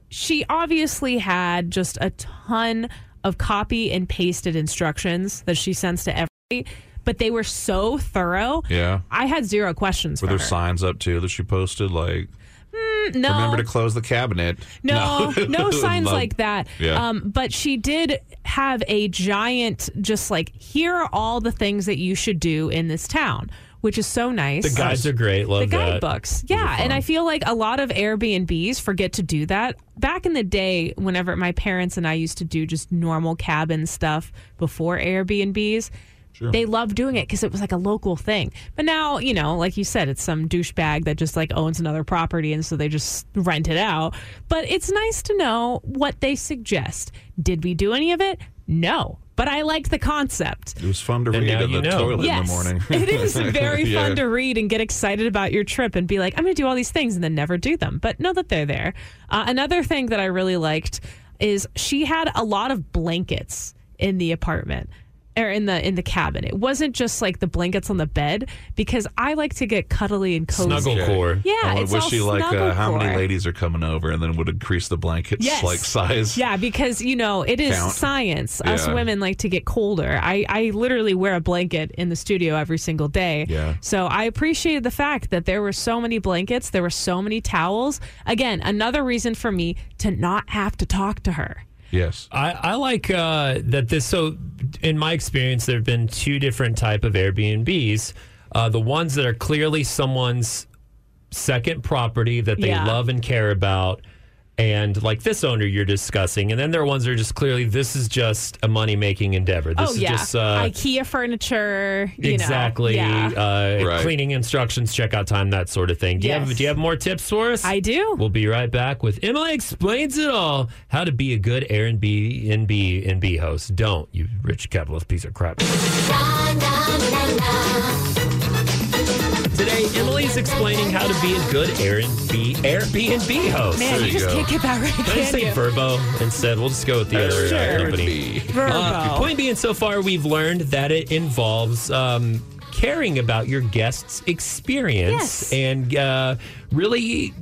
Speaker 5: she obviously had just a ton of copy and pasted instructions that she sends to everybody, but they were so thorough.
Speaker 3: Yeah.
Speaker 5: I had zero questions
Speaker 3: Were
Speaker 5: for
Speaker 3: there
Speaker 5: her.
Speaker 3: signs up too that she posted like
Speaker 5: Mm, no.
Speaker 3: remember to close the cabinet?
Speaker 5: No,
Speaker 3: <laughs>
Speaker 5: no, signs
Speaker 3: Love-
Speaker 5: like that.
Speaker 3: Yeah.
Speaker 5: Um, but she did have a giant, just like, here are all the things that you should do in this town, which is so nice.
Speaker 2: the guides are great.
Speaker 5: The
Speaker 2: Love that.
Speaker 5: guidebooks. Yeah. And I feel like a lot of Airbnbs forget to do that. Back in the day, whenever my parents and I used to do just normal cabin stuff before Airbnbs,
Speaker 12: Sure.
Speaker 5: they loved doing it because it was like a local thing. But now, you know, like you said, it's some douchebag that just like owns another property and so they just rent it out. But it's nice to know what they suggest. Did we do any of it? No. But I liked the concept.
Speaker 3: It was fun to
Speaker 2: And now
Speaker 3: read in
Speaker 2: you
Speaker 3: the
Speaker 2: know.
Speaker 3: toilet in
Speaker 5: Yes.
Speaker 3: the morning. <laughs>
Speaker 5: it is very
Speaker 3: Yeah.
Speaker 5: fun to read and get excited about your trip and be like, I'm going to do all these things and then never do them, but know that they're there. Uh, another thing that I really liked is she had a lot of blankets in the apartment or in the in the cabin. It wasn't just like the blankets on the bed because I like to get cuddly and cozy.
Speaker 3: Snugglecore.
Speaker 5: <laughs> Yeah,
Speaker 3: I
Speaker 5: it's
Speaker 3: wish
Speaker 5: all
Speaker 3: she like uh, how many
Speaker 5: snugglecore.
Speaker 3: ladies are coming over, and then would increase the blankets
Speaker 5: Yes.
Speaker 3: like size.
Speaker 5: Yeah, because you know it is
Speaker 3: Count.
Speaker 5: science. Us
Speaker 3: Yeah.
Speaker 5: women like to get colder. I I literally wear a blanket in the studio every single day.
Speaker 12: Yeah.
Speaker 5: So I appreciated the fact that there were so many blankets, there were so many towels. Again, another reason for me to not have to talk to her.
Speaker 3: Yes.
Speaker 2: I, I like uh, that this. So, in my experience, there have been two different type of Airbnbs. Uh, the ones that are clearly someone's second property that they
Speaker 5: Yeah.
Speaker 2: love and care about, and like this owner you're discussing, and then there are ones that are just clearly this is just a money making endeavor. This
Speaker 5: oh
Speaker 2: is
Speaker 5: yeah,
Speaker 2: just uh,
Speaker 5: IKEA furniture. You
Speaker 2: exactly
Speaker 5: Know, yeah.
Speaker 2: uh,
Speaker 3: Right.
Speaker 2: cleaning instructions, checkout time, that sort of thing. Do you have
Speaker 5: Yes.
Speaker 2: Do you have more tips for us? I
Speaker 5: do.
Speaker 2: We'll be right back with Emily explains it all: how to be a good Airbnb and B and B host. Don't you rich capitalist piece of crap. Today, Emily's explaining how to be a good Airbnb Airbnb host.
Speaker 5: Man, you just can't get that right.
Speaker 2: Can I just
Speaker 5: Can
Speaker 2: say
Speaker 5: you?
Speaker 2: Verbo instead? We'll just go with the other uh,
Speaker 5: Sure.
Speaker 2: company.
Speaker 5: Verbo.
Speaker 2: Uh, point being, so far we've learned that it involves um, caring about your guest's experience
Speaker 5: Yes.
Speaker 2: and uh, really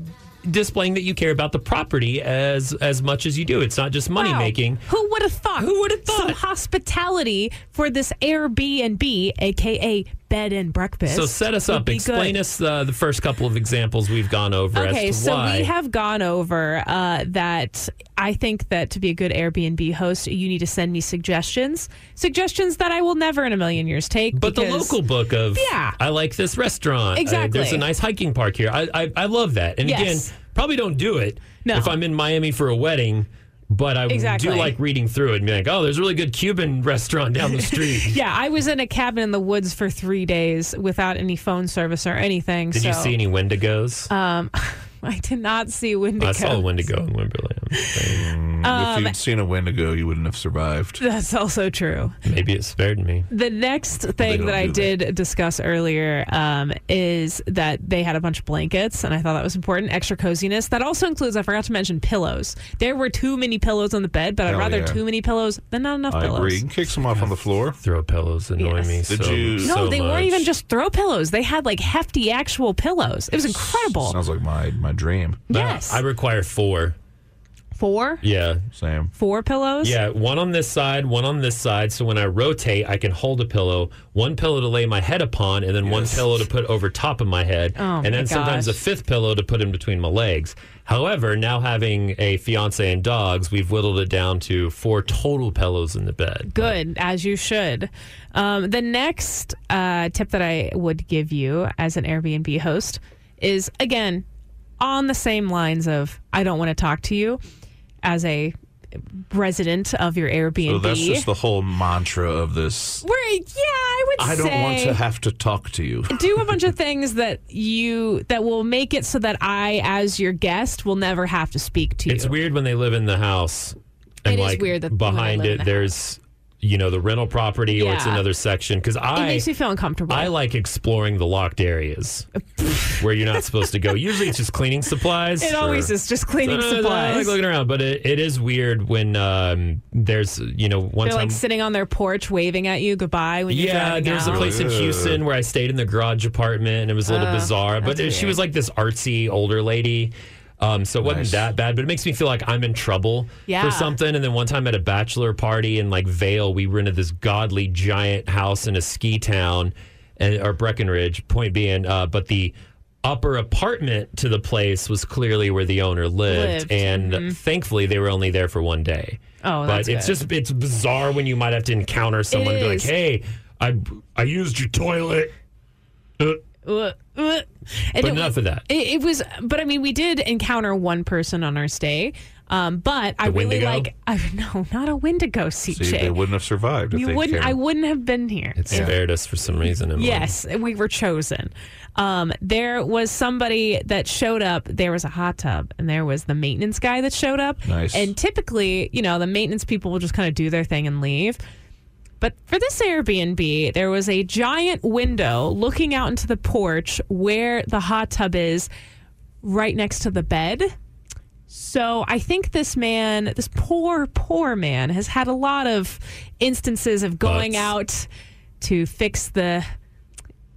Speaker 2: displaying that you care about the property as as much as you do. It's not just money
Speaker 5: Wow.
Speaker 2: making.
Speaker 5: Who would have thought? Who would have thought? Some hospitality for this Airbnb, aka bed and breakfast.
Speaker 2: So set us
Speaker 5: would
Speaker 2: up.
Speaker 5: be
Speaker 2: Explain
Speaker 5: good.
Speaker 2: us uh, the first couple of examples we've gone over
Speaker 5: Okay,
Speaker 2: as to
Speaker 5: so
Speaker 2: why.
Speaker 5: we have gone over uh, that. I think that to be a good Airbnb host, you need to send me suggestions, suggestions that I will never in a million years take.
Speaker 2: but the
Speaker 5: because-
Speaker 2: local book of
Speaker 5: Yeah.
Speaker 2: I like this restaurant. Uh, there's a
Speaker 5: Exactly.
Speaker 2: nice hiking park here. I I, I love that. And
Speaker 5: Yes.
Speaker 2: again, probably don't do it
Speaker 5: No.
Speaker 2: if I'm in Miami for a wedding. But I
Speaker 5: Exactly.
Speaker 2: do like reading through it and being like, oh, there's a really good Cuban <laughs> restaurant down the street.
Speaker 5: <laughs> Yeah, I was in a cabin in the woods for three days without any phone service or anything.
Speaker 2: Did
Speaker 5: so,
Speaker 2: you see any Wendigos?
Speaker 5: Um, <laughs> I did not see Wendigo.
Speaker 2: I saw a Wendigo in Wimberley.
Speaker 5: Um,
Speaker 3: Mm-hmm. if you'd seen a Wendigo, you wouldn't have survived.
Speaker 5: That's also true.
Speaker 2: Maybe it spared me.
Speaker 5: The next
Speaker 3: don't
Speaker 5: thing that I
Speaker 3: do
Speaker 5: did discuss earlier um, is that they had a bunch of blankets, and I thought that was important. Extra coziness. That also includes, I forgot to mention, pillows. There were too many pillows on the bed, but I'd
Speaker 3: Hell
Speaker 5: rather
Speaker 3: yeah.
Speaker 5: too many pillows than not enough
Speaker 3: I
Speaker 5: pillows.
Speaker 3: agree. You can kick some off on the floor.
Speaker 2: Throw pillows annoy
Speaker 5: Yes.
Speaker 2: me.
Speaker 3: Did
Speaker 2: so,
Speaker 3: you-
Speaker 5: No,
Speaker 2: so
Speaker 5: they
Speaker 2: much.
Speaker 5: weren't even just throw pillows. They had like hefty actual pillows. It was incredible.
Speaker 3: Sounds like my my dream.
Speaker 5: Yes.
Speaker 2: I require four.
Speaker 5: Four?
Speaker 2: Yeah.
Speaker 3: Same.
Speaker 5: Four pillows?
Speaker 2: Yeah, one on this side, one on this side. So when I rotate, I can hold a pillow, one pillow to lay my head upon, and then one pillow to put over top of my head,
Speaker 5: Oh,
Speaker 2: and
Speaker 5: my
Speaker 2: then sometimes a
Speaker 5: gosh.
Speaker 2: fifth pillow to put in between my legs. However, now having a fiance and dogs, we've whittled it down to four total pillows in the bed.
Speaker 5: Good, as you should. Um, the next uh, tip that I would give you as an Airbnb host is again on the same lines of I don't want to talk to you as a resident of your Airbnb.
Speaker 3: So that's just the whole mantra of this.
Speaker 5: Where, yeah, I would
Speaker 3: I don't want
Speaker 5: say-
Speaker 3: to have to talk to you.
Speaker 5: do a bunch of things that you that will make it so that I, as your guest, will never have to speak to you.
Speaker 2: It's weird when they live in the house. And
Speaker 5: It is
Speaker 2: like
Speaker 5: weird that when they
Speaker 2: behind
Speaker 5: live in
Speaker 2: it,
Speaker 5: the
Speaker 2: there's you know the rental property or it's
Speaker 5: Yeah.
Speaker 2: another section because
Speaker 5: it
Speaker 2: I
Speaker 5: makes me feel uncomfortable.
Speaker 2: I like exploring the locked
Speaker 5: <laughs>
Speaker 2: areas where you're not supposed to go. Usually it's just cleaning supplies.
Speaker 5: It always is just cleaning
Speaker 2: Sometimes I like
Speaker 5: supplies.
Speaker 2: looking around, but it, it is weird when um, there's you know one
Speaker 5: They're
Speaker 2: time.
Speaker 5: like sitting on their porch waving at you goodbye when you're
Speaker 2: yeah,
Speaker 5: driving
Speaker 2: there's a
Speaker 5: out.
Speaker 2: place in Houston where I stayed in the garage apartment, and it was a little
Speaker 5: Uh,
Speaker 2: bizarre. But
Speaker 5: that's
Speaker 2: she
Speaker 5: weird.
Speaker 2: was like this artsy older lady. Um, so it wasn't
Speaker 5: Nice.
Speaker 2: that bad, but it makes me feel like I'm in trouble
Speaker 5: Yeah.
Speaker 2: for something. And then one time at a bachelor party in like Vale, we rented this godly giant house in a ski town, and, or Breckenridge. Point being, uh, but the upper apartment to the place was clearly where the owner lived,
Speaker 5: Lived,
Speaker 2: and
Speaker 5: mhm.
Speaker 2: thankfully they were only there for one day.
Speaker 5: Oh,
Speaker 2: but
Speaker 5: that's
Speaker 2: it's
Speaker 5: good.
Speaker 2: just it's bizarre when you might have to encounter someone and be like,
Speaker 5: is.
Speaker 2: "Hey, I I used your toilet." Uh,
Speaker 5: Ugh, ugh. And
Speaker 2: But
Speaker 5: it
Speaker 2: enough
Speaker 5: was,
Speaker 2: of that.
Speaker 5: It, it was, but I mean, we did encounter one person on our stay. Um, but I
Speaker 3: The
Speaker 5: really
Speaker 3: Wendigo?
Speaker 5: like. I <laughs> no, not a Wendigo, CJ.
Speaker 3: See, they wouldn't have survived if
Speaker 5: you
Speaker 3: they
Speaker 5: wouldn't.
Speaker 3: came.
Speaker 5: I wouldn't have been here.
Speaker 2: it spared us for some reason. Emily.
Speaker 5: Yes, and we were chosen. Um, there was somebody that showed up. There was a hot tub, and there was the maintenance guy that showed up.
Speaker 12: Nice.
Speaker 5: And typically, you know, the maintenance people will just kind of do their thing and leave. But for this Airbnb, there was a giant window looking out into the porch where the hot tub is, right next to the bed. So I think this man, this poor, poor man, has had a lot of instances of going
Speaker 12: Butts.
Speaker 5: out to fix the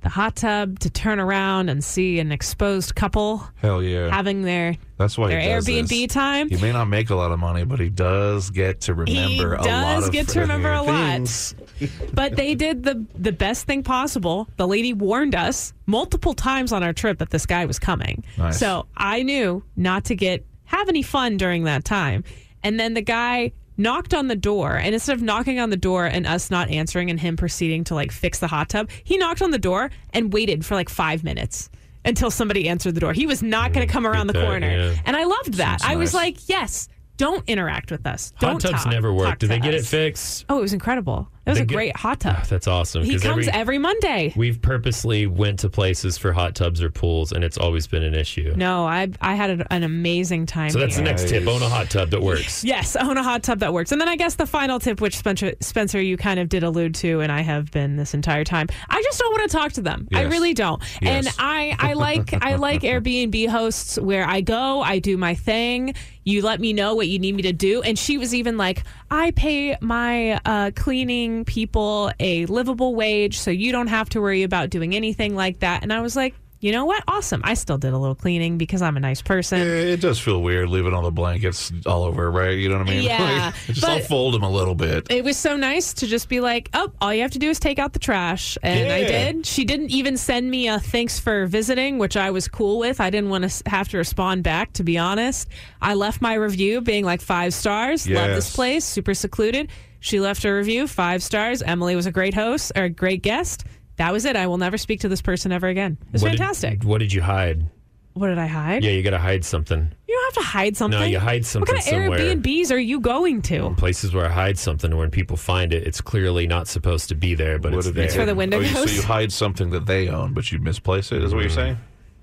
Speaker 5: the hot tub to turn around and see an exposed couple
Speaker 3: Hell yeah.
Speaker 5: having their
Speaker 3: That's why
Speaker 5: their
Speaker 3: he does
Speaker 5: Airbnb
Speaker 3: this.
Speaker 5: time.
Speaker 3: He may not make a lot of money, but he does get to remember
Speaker 5: he
Speaker 3: a lot
Speaker 5: does
Speaker 3: of
Speaker 5: get to remember a
Speaker 3: things.
Speaker 5: lot. but they did the the best thing possible. The lady warned us multiple times on our trip that this guy was coming.
Speaker 12: Nice.
Speaker 5: So I knew not to get have any fun during that time. And then the guy knocked on the door and instead of knocking on the door and us not answering and him proceeding to like fix the hot tub, he knocked on the door and waited for like 5 minutes until somebody answered the door. He was not going to come around the
Speaker 2: that,
Speaker 5: corner.
Speaker 2: yeah.
Speaker 5: And I loved that.
Speaker 2: Seems
Speaker 5: I was
Speaker 2: nice.
Speaker 5: like, "Yes, don't interact with us. Don't
Speaker 2: hot tubs
Speaker 5: talk-
Speaker 2: never
Speaker 5: talk
Speaker 2: work. Did
Speaker 5: to
Speaker 2: they get
Speaker 5: us.
Speaker 2: it fixed?
Speaker 5: Oh, it was incredible. It was
Speaker 2: They
Speaker 5: a
Speaker 2: get-
Speaker 5: great hot tub.
Speaker 2: Oh, that's awesome.
Speaker 5: He
Speaker 2: 'cause
Speaker 5: comes every, Monday.
Speaker 2: We've purposely went to places for hot tubs or pools, and it's always been an issue.
Speaker 5: No, I I had an- an amazing time.
Speaker 2: so that's the
Speaker 5: here.
Speaker 2: next tip: own a hot tub that
Speaker 5: <laughs>
Speaker 2: works.
Speaker 5: Yes, own a hot tub that works. And then I guess the final tip, which Spencer, Spencer, you kind of did allude to, and I have been this entire time. I just don't want to talk to them. I
Speaker 12: Yes.
Speaker 5: really don't.
Speaker 12: Yes.
Speaker 5: And I, I like,
Speaker 12: <laughs>
Speaker 5: I like Airbnb hosts where I go, I do my thing. You let me know what you need me to do. And she was even like, I pay my uh, cleaning people a livable wage, so you don't have to worry about doing anything like that. And I was like. You know what? Awesome. I still did a little cleaning because I'm a nice person.
Speaker 3: It does feel weird leaving all the blankets all over, right? You know what I mean? <laughs>
Speaker 5: Yeah,
Speaker 3: Like, just I'll
Speaker 5: but-
Speaker 3: fold them a little bit.
Speaker 5: It was so nice to just be like, oh, all you have to do is take out the trash. And I
Speaker 3: Yeah.
Speaker 5: did. She didn't even send me a thanks for visiting, which I was cool with. I didn't want to have to respond back, to be honest. I left my review being like five stars. Love this
Speaker 12: Yes.
Speaker 5: place, super secluded. She left her review, five stars. Emily was a great host or a great guest. That was it. I will never speak to this person ever again. It was
Speaker 2: What did-
Speaker 5: fantastic.
Speaker 2: what did you hide?
Speaker 5: what did I hide?
Speaker 2: Yeah, you got to hide something.
Speaker 5: You don't have to hide something.
Speaker 2: you hide something
Speaker 5: What kind of
Speaker 2: somewhere.
Speaker 5: Airbnbs are you going to?
Speaker 2: Places where I hide something, when people find it, it's clearly not supposed to be there, but
Speaker 3: What
Speaker 2: it's
Speaker 3: if
Speaker 2: there.
Speaker 3: you
Speaker 5: It's for the
Speaker 3: didn't-
Speaker 5: window
Speaker 3: oh, you-
Speaker 5: goes.
Speaker 3: So you hide something that they own, but you misplace it, is
Speaker 2: Mm.
Speaker 3: what you're saying?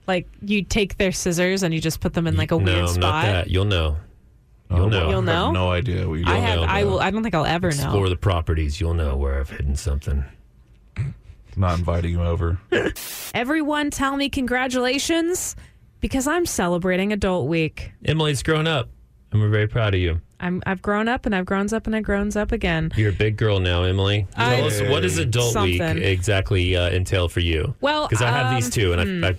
Speaker 5: Like you take their scissors and you just put them in like a
Speaker 2: no,
Speaker 5: weird
Speaker 2: not
Speaker 5: spot.
Speaker 2: that. You'll know. You'll know.
Speaker 5: You'll
Speaker 3: Oh, I
Speaker 5: know?
Speaker 3: have no idea. What you
Speaker 5: I have. I will. I don't think I'll ever
Speaker 2: Explore
Speaker 5: know.
Speaker 2: the properties. You'll know where I've hidden something.
Speaker 3: Not inviting him
Speaker 5: <laughs>
Speaker 3: over.
Speaker 5: Everyone, tell me congratulations because I'm celebrating Adult Week.
Speaker 2: Emily's grown up, and we're very proud of you.
Speaker 5: I'm. I've grown up and I've grown up and I've grown up again.
Speaker 2: You're a big girl now, Emily.
Speaker 5: I-
Speaker 2: Tell us what does adult
Speaker 5: Something.
Speaker 2: week exactly uh, entail for you?
Speaker 5: Well,
Speaker 2: because I have
Speaker 5: um,
Speaker 2: these two, and
Speaker 5: hmm.
Speaker 2: I, I,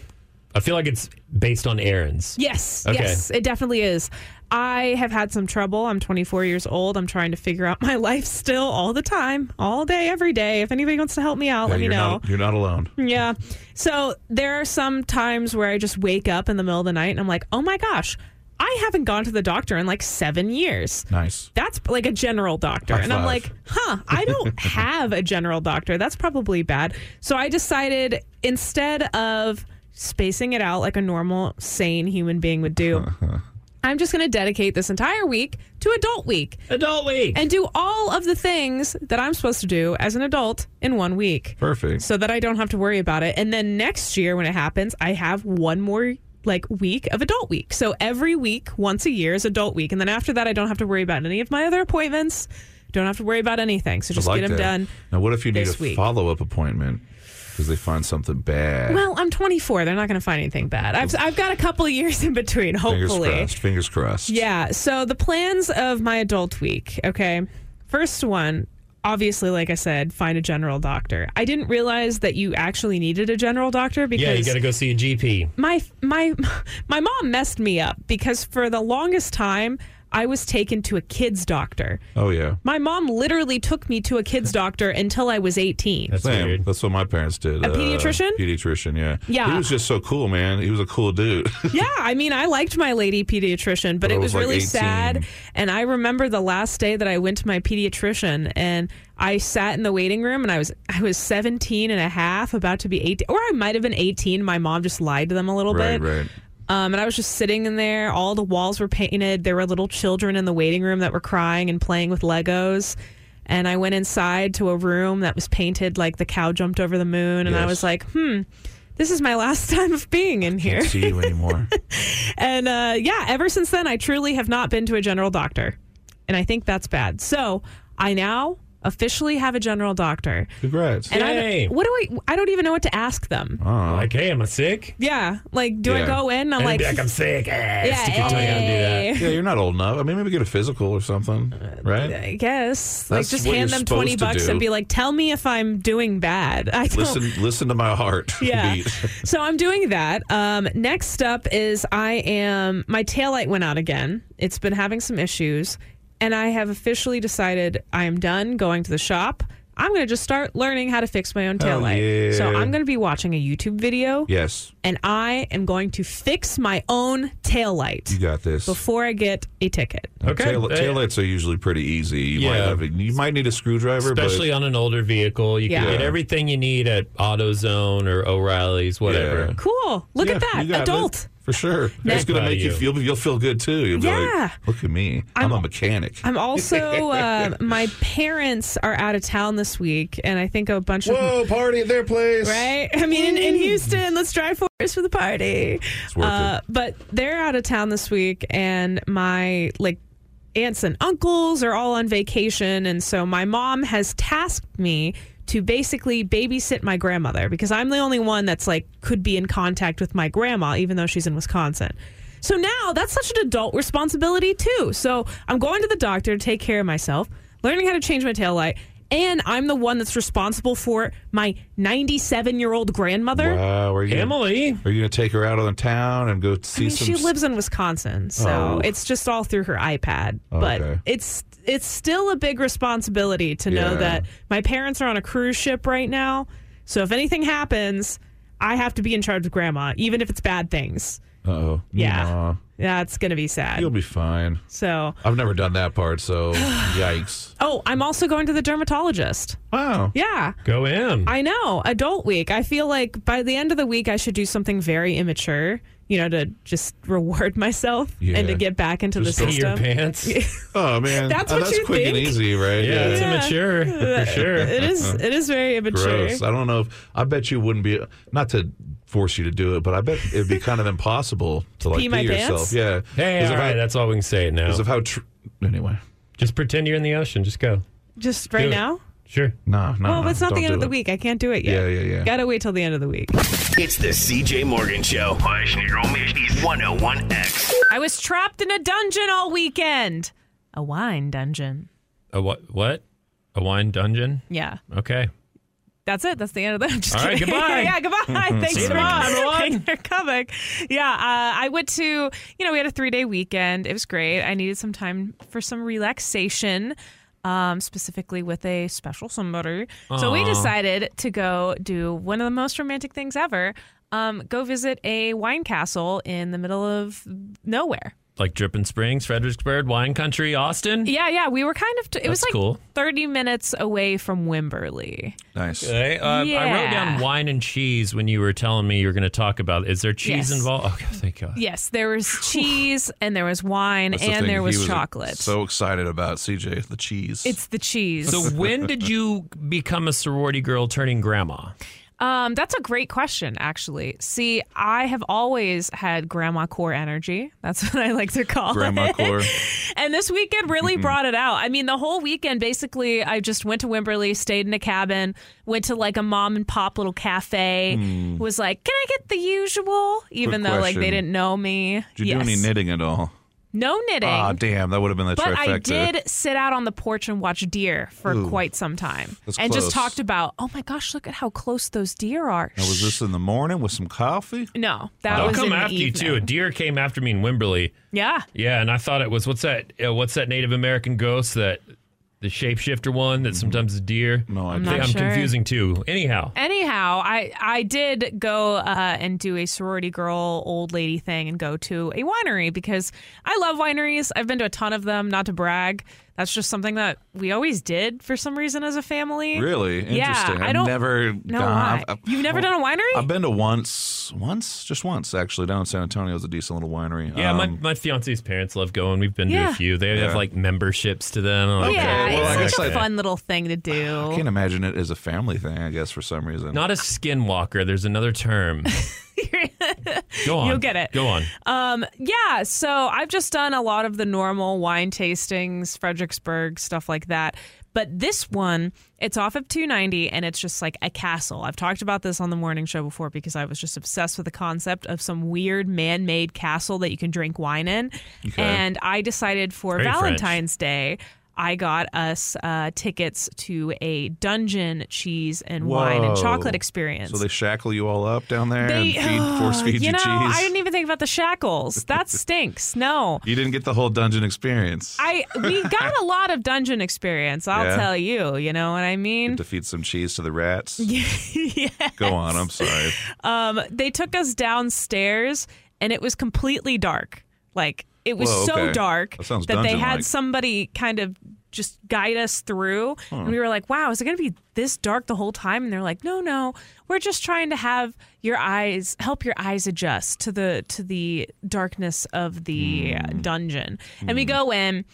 Speaker 2: I feel like it's based on errands.
Speaker 5: Yes.
Speaker 2: Okay.
Speaker 5: Yes. It definitely is. I have had some trouble. I'm 24 years old. I'm trying to figure out <laughs> my life still all the time, all day, every day. If anybody wants to help me out,
Speaker 3: Yeah,
Speaker 5: let me
Speaker 3: you're
Speaker 5: know.
Speaker 3: Not, you're not alone.
Speaker 5: Yeah. So there are some times where I just wake up in the middle of the night and I'm like, oh my gosh, I haven't gone to the doctor in like seven years.
Speaker 3: Nice.
Speaker 5: That's like a general doctor.
Speaker 3: High
Speaker 5: and I'm
Speaker 3: five.
Speaker 5: like, huh,
Speaker 3: <laughs>
Speaker 5: I don't have a general doctor. That's probably bad. So I decided instead of spacing it out like a normal, sane human being
Speaker 3: <laughs>
Speaker 5: would do, I'm just going to dedicate this entire week to adult week.
Speaker 2: Adult week.
Speaker 5: And do all of the things that I'm supposed to do as an adult in one week.
Speaker 3: Perfect.
Speaker 5: So that I don't have to worry about it. And then next year when it happens, I have one more like week of adult week. So every week, once a year is adult week. And then after that, I don't have to worry about any of my other appointments. Don't have to worry about anything.
Speaker 3: I
Speaker 5: So just
Speaker 3: like
Speaker 5: get them
Speaker 3: that.
Speaker 5: done.
Speaker 3: Now, what if you need
Speaker 5: this
Speaker 3: a
Speaker 5: week.
Speaker 3: follow up appointment because they find something bad?
Speaker 5: Well, I'm 24. They're not going to find anything bad. I've, I've got a couple of years in between,
Speaker 3: fingers
Speaker 5: hopefully.
Speaker 3: crossed. Fingers crossed.
Speaker 5: Yeah. So the plans of my adult week. Okay. First one, obviously, like I said, find a general doctor. I didn't realize that you actually needed a general doctor because
Speaker 2: yeah, you got to go see a GP.
Speaker 5: my my <laughs> my mom messed me up because for the longest time I was taken to a kids doctor.
Speaker 3: Oh yeah.
Speaker 5: My mom literally took me to
Speaker 3: <laughs>
Speaker 5: a kids doctor until I was 18.
Speaker 3: Same. That's what my parents did. uh,
Speaker 5: A pediatrician?
Speaker 3: Pediatrician, yeah.
Speaker 5: Yeah.
Speaker 3: He was just so cool, man. He was a cool dude. <laughs>
Speaker 5: yeah, I mean, I liked my lady pediatrician, but
Speaker 3: But I
Speaker 5: it
Speaker 3: was,
Speaker 5: was,
Speaker 3: like,
Speaker 5: really
Speaker 3: 18.
Speaker 5: sad. And I remember the last day that I went to my pediatrician and I sat in the waiting room and I was I was 17 and a half, about to be 18, or I might have been 18. My mom just lied to them a little
Speaker 3: right,
Speaker 5: bit.
Speaker 3: right.
Speaker 5: Um, and I was just sitting in there. All the walls were painted. There were little children in the waiting room that were crying and playing with Legos. And I went inside to a room that was painted like the cow jumped over the moon. And I
Speaker 3: Yes.
Speaker 5: was like, hmm, this is my <laughs> last time of being in here.
Speaker 3: Can't see you anymore.
Speaker 5: <laughs> And uh, yeah, ever since then, I truly have not been to a general doctor. And I think that's bad. So I now officially have a general doctor.
Speaker 3: Congrats.
Speaker 5: And
Speaker 2: Yay.
Speaker 5: I, what do I, I don't even know what to ask them.
Speaker 2: Like, hey, am I sick?
Speaker 5: Yeah. Like, do I
Speaker 3: Yeah.
Speaker 5: go in? I'm
Speaker 2: And
Speaker 5: like,
Speaker 2: be like, I'm sick. Ah, Yeah,
Speaker 5: Yeah,
Speaker 2: stick your tongue out and do
Speaker 3: yeah, you're not old enough. I mean, maybe get a physical or something, right?
Speaker 5: Uh, I guess.
Speaker 3: That's
Speaker 5: like, just
Speaker 3: what
Speaker 5: hand
Speaker 3: you're
Speaker 5: them 20
Speaker 3: supposed to
Speaker 5: bucks
Speaker 3: do.
Speaker 5: and be like, tell me if I'm doing bad. <laughs> I don't.
Speaker 3: Listen, listen to my heart.
Speaker 5: <laughs> Yeah.
Speaker 3: beat.
Speaker 5: so I'm doing that. Um, next up is I am my taillight went out again. It's been having some issues, and I have officially decided I am done going to the shop. I'm going to just start learning how to fix my own
Speaker 3: Hell
Speaker 5: taillight. So
Speaker 3: yeah.
Speaker 5: I'm going to be watching a YouTube video,
Speaker 3: Yes,
Speaker 5: and I am going to fix my own
Speaker 3: you
Speaker 5: taillight
Speaker 3: got this.
Speaker 5: before I get a ticket.
Speaker 2: Okay.
Speaker 3: Tail,
Speaker 2: Uh,
Speaker 3: taillights are usually pretty easy. You, might,
Speaker 2: Yeah.
Speaker 3: have, you might need a screwdriver, but-
Speaker 2: Especially on an older vehicle, you
Speaker 5: Yeah.
Speaker 2: can get everything you need at AutoZone or O'Reilly's, whatever.
Speaker 3: Yeah.
Speaker 5: Cool. Look
Speaker 3: Yeah,
Speaker 5: at that.
Speaker 3: you got
Speaker 5: Adult.
Speaker 3: it. For sure.
Speaker 2: Next-
Speaker 3: It's going to
Speaker 2: Proud of
Speaker 3: make you
Speaker 2: you.
Speaker 3: feel, you'll feel good too. You'll be
Speaker 5: Yeah.
Speaker 3: like, look at me. I'm, a mechanic. <laughs>
Speaker 5: I'm also uh, my parents are out of town this week, and I think a bunch of
Speaker 3: Whoa, party at their place.
Speaker 5: right. I mean, in, in Houston, let's drive for us for the party.
Speaker 3: worth
Speaker 5: Uh, but they're out of town this week, and my like aunts and uncles are all on vacation, and so my mom has tasked me to basically babysit my grandmother because I'm the only one that's like could be in contact with my grandma, even though she's in Wisconsin. So now that's such an adult responsibility too. So I'm going to the doctor to take care of myself, learning how to change my taillight, and I'm the one that's responsible for my 97 year old grandmother.
Speaker 3: Wow. Are you
Speaker 2: Emily,
Speaker 3: Are you going to take her out on the town and go see
Speaker 5: I mean,
Speaker 3: some?
Speaker 5: she lives in Wisconsin, so
Speaker 3: Oh.
Speaker 5: it's just all through her iPad. But
Speaker 3: Okay.
Speaker 5: it's it's still a big responsibility to know
Speaker 3: Yeah.
Speaker 5: that my parents are on a cruise ship right now. So if anything happens, I have to be in charge of grandma, even if it's bad things.
Speaker 3: oh.
Speaker 5: Yeah. Yeah, it's gonna be sad.
Speaker 3: You'll be fine.
Speaker 5: so
Speaker 3: I've never done that part,
Speaker 5: <sighs>
Speaker 3: so yikes.
Speaker 5: oh, I'm also going to the dermatologist.
Speaker 3: Wow.
Speaker 5: Yeah.
Speaker 2: go in.
Speaker 5: I know. Adult week. I feel like by the end of the week I should do something very immature, you know, to just <laughs> reward myself
Speaker 3: Yeah.
Speaker 5: and to get back into
Speaker 3: Just
Speaker 5: the
Speaker 2: Pee your
Speaker 5: system. <laughs>
Speaker 2: pants. Yeah,
Speaker 3: Oh man.
Speaker 5: That's
Speaker 3: Oh,
Speaker 5: what
Speaker 3: that's
Speaker 5: you
Speaker 3: quick and
Speaker 5: think?
Speaker 3: easy, right?
Speaker 2: it's
Speaker 5: Yeah. <laughs>
Speaker 2: immature for sure.
Speaker 5: It is. It is very immature.
Speaker 3: Uh-huh. Gross. I don't know if I bet you wouldn't be not to force you to do it, but I bet it'd
Speaker 5: <laughs>
Speaker 3: be kind of impossible to like
Speaker 5: pee my
Speaker 3: yourself.
Speaker 5: pants?
Speaker 3: Yeah.
Speaker 2: Hey, all
Speaker 3: of
Speaker 2: right,
Speaker 3: how,
Speaker 2: that's all we can say now.
Speaker 3: 'cause of how tr- anyway.
Speaker 2: Just pretend you're in the ocean. Just go.
Speaker 5: Just right
Speaker 2: Do it.
Speaker 5: now.
Speaker 2: Sure.
Speaker 3: No, no.
Speaker 5: Well,
Speaker 3: no,
Speaker 5: but it's not
Speaker 3: Uh-huh. don't
Speaker 5: the end
Speaker 3: do
Speaker 5: of the
Speaker 3: it.
Speaker 5: week. I can't do it yet.
Speaker 3: Yeah, yeah, yeah.
Speaker 5: Gotta wait till the end of the week.
Speaker 10: It's the CJ Morgan Show. 101X.
Speaker 5: I was trapped in a dungeon all weekend. A wine dungeon.
Speaker 2: A what? What? A wine dungeon?
Speaker 5: Yeah,
Speaker 2: Okay.
Speaker 5: that's it. That's the end of the. <laughs> I'm just
Speaker 2: All right,
Speaker 5: kidding.
Speaker 2: goodbye. <laughs>
Speaker 5: yeah, goodbye. Thanks
Speaker 2: See you
Speaker 5: for
Speaker 2: next time, everyone.
Speaker 5: <laughs> Thanks for coming. Yeah, uh, I went to. You know, we had a three day weekend. It was great. I needed some time for some relaxation. Um, specifically with a special somebody. So we
Speaker 2: Aw.
Speaker 5: decided to go do one of the most romantic things ever. Um, go visit a wine castle in the middle of nowhere.
Speaker 2: Like Dripping Springs, Fredericksburg, Wine Country, Austin.
Speaker 5: Yeah, yeah. We were kind of. T- it was
Speaker 2: That's
Speaker 5: like
Speaker 2: cool.
Speaker 5: thirty minutes away from Wimberley.
Speaker 3: Nice.
Speaker 2: Okay, uh, I wrote
Speaker 5: Yeah.
Speaker 2: down wine and cheese when you were telling me you were going to talk about. it. Is there cheese
Speaker 5: Yes.
Speaker 2: involved? Oh, God, thank
Speaker 5: <laughs>
Speaker 2: God.
Speaker 5: Yes, there was cheese and there was wine
Speaker 3: That's the
Speaker 5: and
Speaker 3: thing
Speaker 5: there
Speaker 3: he
Speaker 5: was, chocolate.
Speaker 3: So excited about CJ the cheese.
Speaker 5: it's the cheese.
Speaker 2: So when did you become a sorority girl turning grandma?
Speaker 5: Um, that's a great question, actually. See, I have always had grandma core energy. That's <laughs> what I like to call
Speaker 3: Grandma
Speaker 5: it.
Speaker 3: core.
Speaker 5: <laughs> and this weekend really
Speaker 3: Mhm.
Speaker 5: brought it out. I mean, the whole weekend, basically, I just went to Wimberley, stayed in a cabin, went to like a mom and pop little cafe,
Speaker 3: Mm.
Speaker 5: was like, can I get the usual? Even though like they
Speaker 3: question.
Speaker 5: didn't know me.
Speaker 3: Did you
Speaker 5: yes.
Speaker 3: do any knitting at all?
Speaker 5: No knitting.
Speaker 3: Ah, damn, that would have been the
Speaker 5: But
Speaker 3: trifecta.
Speaker 5: I did sit out on the porch and watch deer for
Speaker 3: Ooh.
Speaker 5: quite some time
Speaker 3: That's
Speaker 5: and just
Speaker 3: close.
Speaker 5: talked about, oh my gosh, look at how close those deer are.
Speaker 3: Now, was this in the morning with some coffee?
Speaker 5: No, that
Speaker 2: They'll
Speaker 5: was in
Speaker 2: come
Speaker 5: the
Speaker 2: after you too. A
Speaker 5: evening.
Speaker 2: deer came after me in Wimberley.
Speaker 5: Yeah.
Speaker 2: Yeah, and I thought it was what's that? Uh, what's that Native American ghost that the shapeshifter one that sometimes is deer? No,
Speaker 5: I'm not
Speaker 2: I'm
Speaker 5: sure.
Speaker 2: confusing too. Anyhow,
Speaker 5: Anyhow, I I did go uh, and do a sorority girl old lady thing and go to a winery because I love wineries. I've been to a ton of them. Not to brag, that's just something that we always did for some reason as a family.
Speaker 3: Really interesting.
Speaker 5: Yeah, I
Speaker 3: I've
Speaker 5: don't
Speaker 3: never
Speaker 5: know
Speaker 3: gone.
Speaker 5: why.
Speaker 3: I've- I've-
Speaker 5: You've never done a winery?
Speaker 3: I've been to once, once, just once actually. Down in San Antonio is a decent little winery.
Speaker 2: yeah, my,
Speaker 3: Um,
Speaker 2: my fiance's parents love going. We've been to
Speaker 5: Yeah.
Speaker 2: a few. They have
Speaker 3: Yeah.
Speaker 2: like memberships to them. I'm like,
Speaker 5: Yeah,
Speaker 2: "Okay,
Speaker 5: it's
Speaker 2: well, I
Speaker 5: like
Speaker 2: guess
Speaker 5: <laughs> a
Speaker 2: I-
Speaker 5: fun little thing to do.
Speaker 3: I can't imagine it as a family thing. I guess for some reason.
Speaker 2: Not a skinwalker. There's another
Speaker 5: <laughs>
Speaker 2: term. Go on.
Speaker 5: You'll get it.
Speaker 2: Go on.
Speaker 5: Um, yeah, so I've just done a lot of the normal wine tastings, Fredericksburg, stuff like that. But this one, it's off of 290 and it's just like a castle. I've talked about this on the morning show before because I was just obsessed with the concept of some weird man made castle that you can drink wine in.
Speaker 12: Okay.
Speaker 5: And I decided for
Speaker 12: Very French.
Speaker 5: Valentine's Day, I got us uh, tickets to a dungeon cheese and wine and
Speaker 3: Whoa.
Speaker 5: chocolate experience.
Speaker 3: So they shackle you all up down there
Speaker 5: They-
Speaker 3: and
Speaker 5: <sighs>
Speaker 3: feed, force feed you,
Speaker 5: you know,
Speaker 3: cheese.
Speaker 5: I didn't e- even think about the
Speaker 3: <laughs>
Speaker 5: shackles. That stinks. No.
Speaker 3: you didn't get the whole dungeon experience.
Speaker 5: I we got a lot of dungeon experience, I'll
Speaker 3: Yeah.
Speaker 5: tell you, you know what I
Speaker 3: Get <laughs>
Speaker 5: mean?
Speaker 3: to feed some cheese to the rats.
Speaker 5: <laughs> yeah.
Speaker 3: Go on. I'm
Speaker 5: <laughs>
Speaker 3: sorry.
Speaker 5: Um they took us downstairs and it was completely dark. Like it was
Speaker 3: Whoa,
Speaker 5: so
Speaker 3: okay.
Speaker 5: dark
Speaker 3: That sounds
Speaker 5: they had
Speaker 3: dungeon-like.
Speaker 5: somebody kind of just guide us through
Speaker 12: Huh.
Speaker 2: Hmm.
Speaker 5: and we were like, "Wow, is it going to be this dark the whole time?" And they're like, "No, no. We're just trying to have your eyes help your eyes adjust to the to the darkness of the
Speaker 2: Hmm.
Speaker 5: dungeon." And we go in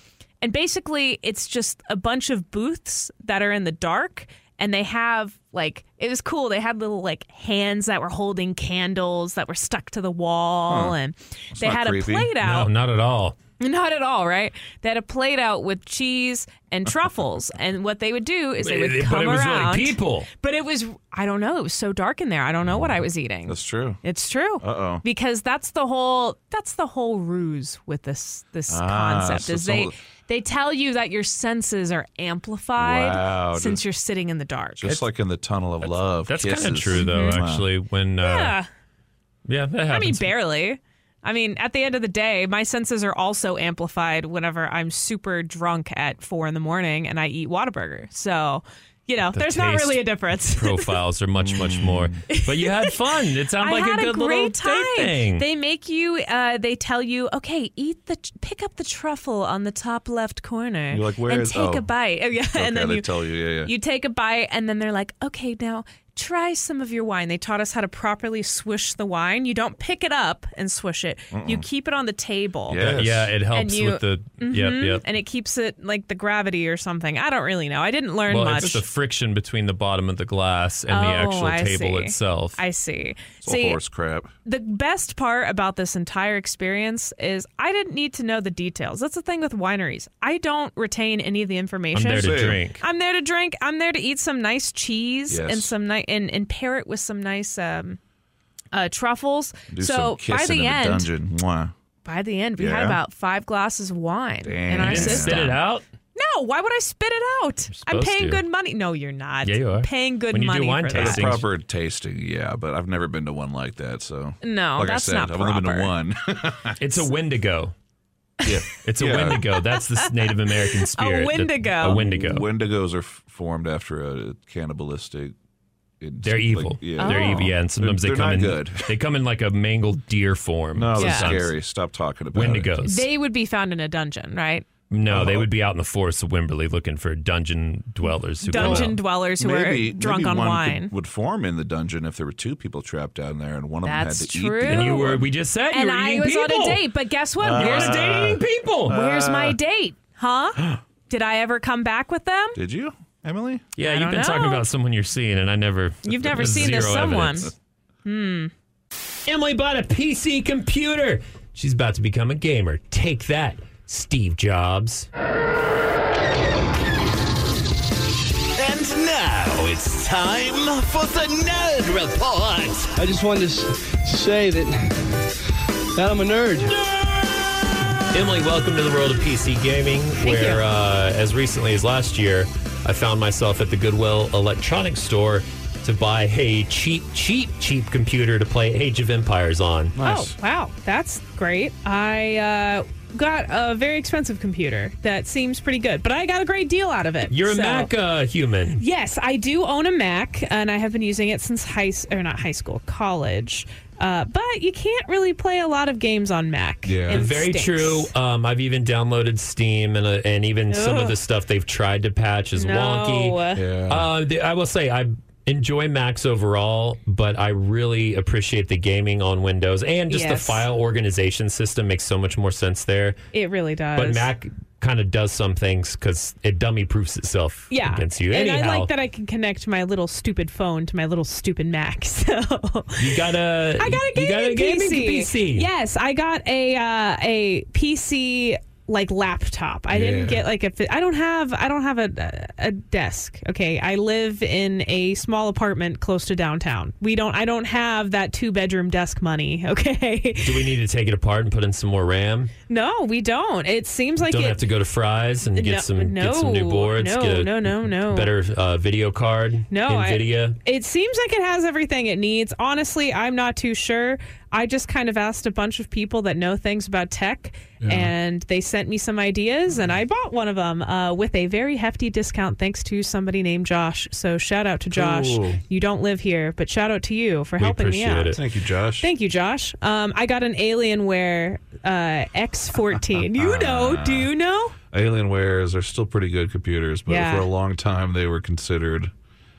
Speaker 5: and basically it's just a bunch of booths that are in the dark and they have like it was cool they had little like hands that were holding candles that were stuck to the wall
Speaker 2: Huh.
Speaker 5: and
Speaker 2: That's
Speaker 5: they
Speaker 2: not
Speaker 5: had
Speaker 2: creepy.
Speaker 5: a plate out
Speaker 2: No, not at all.
Speaker 5: not at all, right? They had a plate out with cheese and truffles, and what they would do is they would
Speaker 2: But it
Speaker 5: come
Speaker 2: was really
Speaker 5: around.
Speaker 2: people.
Speaker 5: But it was I don't know. It was so dark in there. I don't know what I was eating.
Speaker 3: That's true.
Speaker 5: It's true.
Speaker 3: Uh oh.
Speaker 5: Because that's the whole that's the whole ruse with this this
Speaker 3: Ah,
Speaker 5: concept
Speaker 3: so
Speaker 5: is they
Speaker 3: some-
Speaker 5: they tell you that your senses are amplified
Speaker 3: Wow,
Speaker 5: since
Speaker 3: just-
Speaker 5: you're sitting in the dark.
Speaker 3: Just like in the Tunnel of Love.
Speaker 2: That's kind of
Speaker 3: Kisses.
Speaker 2: true though.
Speaker 3: Mwah.
Speaker 2: Actually, when uh,
Speaker 5: Mm-hmm. yeah,
Speaker 2: yeah, that
Speaker 5: I <laughs> mean
Speaker 2: happens.
Speaker 5: barely. I mean, at the end of the day, my senses are also amplified whenever I'm super drunk at four in the morning and I eat Whataburger. So, you know,
Speaker 2: The
Speaker 5: there's not
Speaker 2: taste
Speaker 5: really a difference. <laughs>
Speaker 2: profiles are much
Speaker 3: Mm.
Speaker 2: much more. But you had fun. It sounded
Speaker 5: I
Speaker 2: like
Speaker 5: had
Speaker 2: a
Speaker 5: a,
Speaker 2: good little
Speaker 5: great
Speaker 2: date
Speaker 5: time.
Speaker 2: thing.
Speaker 5: They make you. Uh, they tell you, okay, eat the pick up the truffle on the top left corner.
Speaker 3: You're like, "Where
Speaker 5: and
Speaker 3: is-
Speaker 5: take
Speaker 3: oh.
Speaker 5: a bite. <laughs> Oh, yeah,
Speaker 3: Okay,
Speaker 5: and then
Speaker 3: they
Speaker 5: you
Speaker 3: tell you, yeah, yeah.
Speaker 5: you take a bite, and then they're like, okay, now try some of your wine. They taught us how to properly swish the wine. You don't pick it up and swish it. You
Speaker 2: Mm-mm.
Speaker 5: keep it on the table.
Speaker 2: Yeah, yeah, it
Speaker 5: And
Speaker 2: helps
Speaker 5: you-
Speaker 2: with the yep,
Speaker 5: Mhm,
Speaker 2: yep.
Speaker 5: And it keeps it like the gravity or something. I don't really know. I didn't learn
Speaker 2: well,
Speaker 5: much.
Speaker 2: it's the friction between the bottom of the glass and
Speaker 5: Oh,
Speaker 2: the actual
Speaker 5: I
Speaker 2: table
Speaker 5: see.
Speaker 2: itself.
Speaker 5: I see.
Speaker 3: It's all
Speaker 5: see,
Speaker 3: horse crap.
Speaker 5: the best part about this entire experience is I didn't need to know the details. That's the thing with wineries. I don't retain any of the information.
Speaker 2: I'm there to drink.
Speaker 5: I'm there to drink. I'm there to eat some nice cheese
Speaker 2: Yes.
Speaker 5: and some nice and, and pair it with some nice um, uh, truffles.
Speaker 3: Do
Speaker 5: so
Speaker 3: some
Speaker 5: by
Speaker 3: kissing
Speaker 5: the
Speaker 3: in
Speaker 5: end,
Speaker 3: the dungeon. Mwah.
Speaker 5: by the end, we had
Speaker 3: Yeah.
Speaker 5: about five glasses of wine in our
Speaker 3: Damn.
Speaker 5: system.
Speaker 2: Spit it out.
Speaker 5: No, why would I spit it out? I'm
Speaker 3: supposed
Speaker 5: paying
Speaker 3: to.
Speaker 5: good money. No, you're not.
Speaker 3: Yeah, you are.
Speaker 5: Paying good money for that.
Speaker 3: Like a proper tasting, yeah, but I've never been to one like that. So
Speaker 5: No,
Speaker 3: like
Speaker 5: that's
Speaker 3: I said,
Speaker 5: not
Speaker 3: I've only been to
Speaker 2: <laughs>
Speaker 3: one. <laughs>
Speaker 2: it's a Wendigo.
Speaker 3: Yeah,
Speaker 2: It's a Wendigo. That's the Native American spirit. that-
Speaker 5: Wendigo.
Speaker 2: a Wendigo.
Speaker 3: Wendigos are f- formed after a cannibalistic.
Speaker 2: They're evil. They're
Speaker 5: Oh.
Speaker 2: evil. Yeah, and sometimes
Speaker 3: they're,
Speaker 2: they come
Speaker 3: not
Speaker 2: in.
Speaker 3: good.
Speaker 2: <laughs> They come in like a mangled deer form.
Speaker 3: No, they're
Speaker 5: Yeah.
Speaker 3: scary. Stop talking about it.
Speaker 2: Wendigos.
Speaker 5: They would be found in a dungeon, right?
Speaker 2: no, they would be out in the forests of Wimberley looking for dungeon dwellers. Who come
Speaker 5: Dungeon
Speaker 2: out.
Speaker 5: dwellers who
Speaker 3: Maybe,
Speaker 5: are drunk
Speaker 3: maybe
Speaker 5: on
Speaker 3: one could-
Speaker 5: wine.
Speaker 3: would form in the dungeon if there were two people trapped down there and one of
Speaker 5: That's
Speaker 3: them had to
Speaker 5: true.
Speaker 3: eat. the
Speaker 5: And
Speaker 3: other
Speaker 5: you were-
Speaker 3: one.
Speaker 2: we just said
Speaker 5: and I was on a date, but guess what?
Speaker 3: Uh,
Speaker 5: where's
Speaker 3: You were dating
Speaker 2: people?
Speaker 5: Where's
Speaker 2: <gasps>
Speaker 3: Uh,
Speaker 5: my date? Huh? Did I ever come back with them?
Speaker 3: Did you? Emily?
Speaker 2: Yeah,
Speaker 5: I
Speaker 2: you've
Speaker 5: don't
Speaker 2: been talking
Speaker 5: know.
Speaker 2: about someone you're seeing, and I never.
Speaker 5: You've never seen this
Speaker 2: zero
Speaker 5: someone.
Speaker 2: evidence. Hmm. Emily bought a PC computer. She's about to become a gamer. Take that, Steve Jobs.
Speaker 10: And now it's time for the Nerd Report.
Speaker 12: I just wanted to s- say that that I'm a nerd.
Speaker 2: Emily, welcome to the world of PC gaming, where, uh, as recently as last year, I found myself at the Goodwill electronics store to buy a cheap, cheap, cheap computer to play Age of Empires on.
Speaker 5: Oh, wow. That's great. I uh, got a very expensive computer that seems pretty good, but I got a great deal out of it.
Speaker 2: You're a
Speaker 5: so-
Speaker 2: Mac uh, human.
Speaker 5: Yes, I do own a Mac, and I have been using it since high s- or not high school, college. Uh, but you can't really play a lot of games on Mac. It
Speaker 2: very
Speaker 5: stinks.
Speaker 2: true. Um, I've even downloaded Steam and uh, and even some of
Speaker 5: Ugh.
Speaker 2: the stuff they've tried to patch is
Speaker 5: No.
Speaker 2: wonky.
Speaker 5: Yeah.
Speaker 2: Uh, the, I will say I enjoy Macs overall, but I really appreciate the gaming on Windows and just the
Speaker 5: Yes.
Speaker 2: file organization system makes so much more sense there.
Speaker 5: It really does.
Speaker 2: But Mac kind of does some things because it dummy proofs itself
Speaker 5: yeah.
Speaker 2: against you.
Speaker 5: And
Speaker 2: Anyhow,
Speaker 5: I like that I can connect my little stupid phone to my little stupid Mac. <laughs> So
Speaker 2: you got a
Speaker 5: I got a gaming,
Speaker 2: you got a gaming
Speaker 5: PC.
Speaker 2: PC.
Speaker 5: Yes, I got a uh, a PC like laptop. I
Speaker 2: Yeah.
Speaker 5: didn't get like a fi- I don't have I don't have a a desk. Okay, I live in a small apartment close to downtown. We don't I don't have that two bedroom desk money. <laughs> Okay,
Speaker 2: Do we need to take it apart and put in some more RAM?
Speaker 5: no, we don't. It seems like
Speaker 2: Don't
Speaker 5: it,
Speaker 2: have to go to Fry's and get
Speaker 5: No-
Speaker 2: some get some new
Speaker 5: no,
Speaker 2: boards.
Speaker 5: no,
Speaker 2: get a
Speaker 5: no, no, no.
Speaker 2: Better uh, video card.
Speaker 5: No, I-
Speaker 2: Nvidia.
Speaker 5: it seems like it has everything it needs. Honestly, I'm not too sure. I just kind of asked a bunch of people that know things about tech,
Speaker 2: Yeah.
Speaker 5: and they sent me some ideas, and I bought one of them uh, with a very hefty discount thanks to somebody named Josh. So shout out to Josh.
Speaker 3: Ooh.
Speaker 5: You don't live here, but shout out to you for helping me out.
Speaker 3: Thank you, Josh.
Speaker 5: Thank you, Josh. Um, I got an Alienware uh, X14. you know? Do you know?
Speaker 3: Uh, Alienwares are still pretty good computers, but
Speaker 5: Yeah.
Speaker 3: for a long time they were considered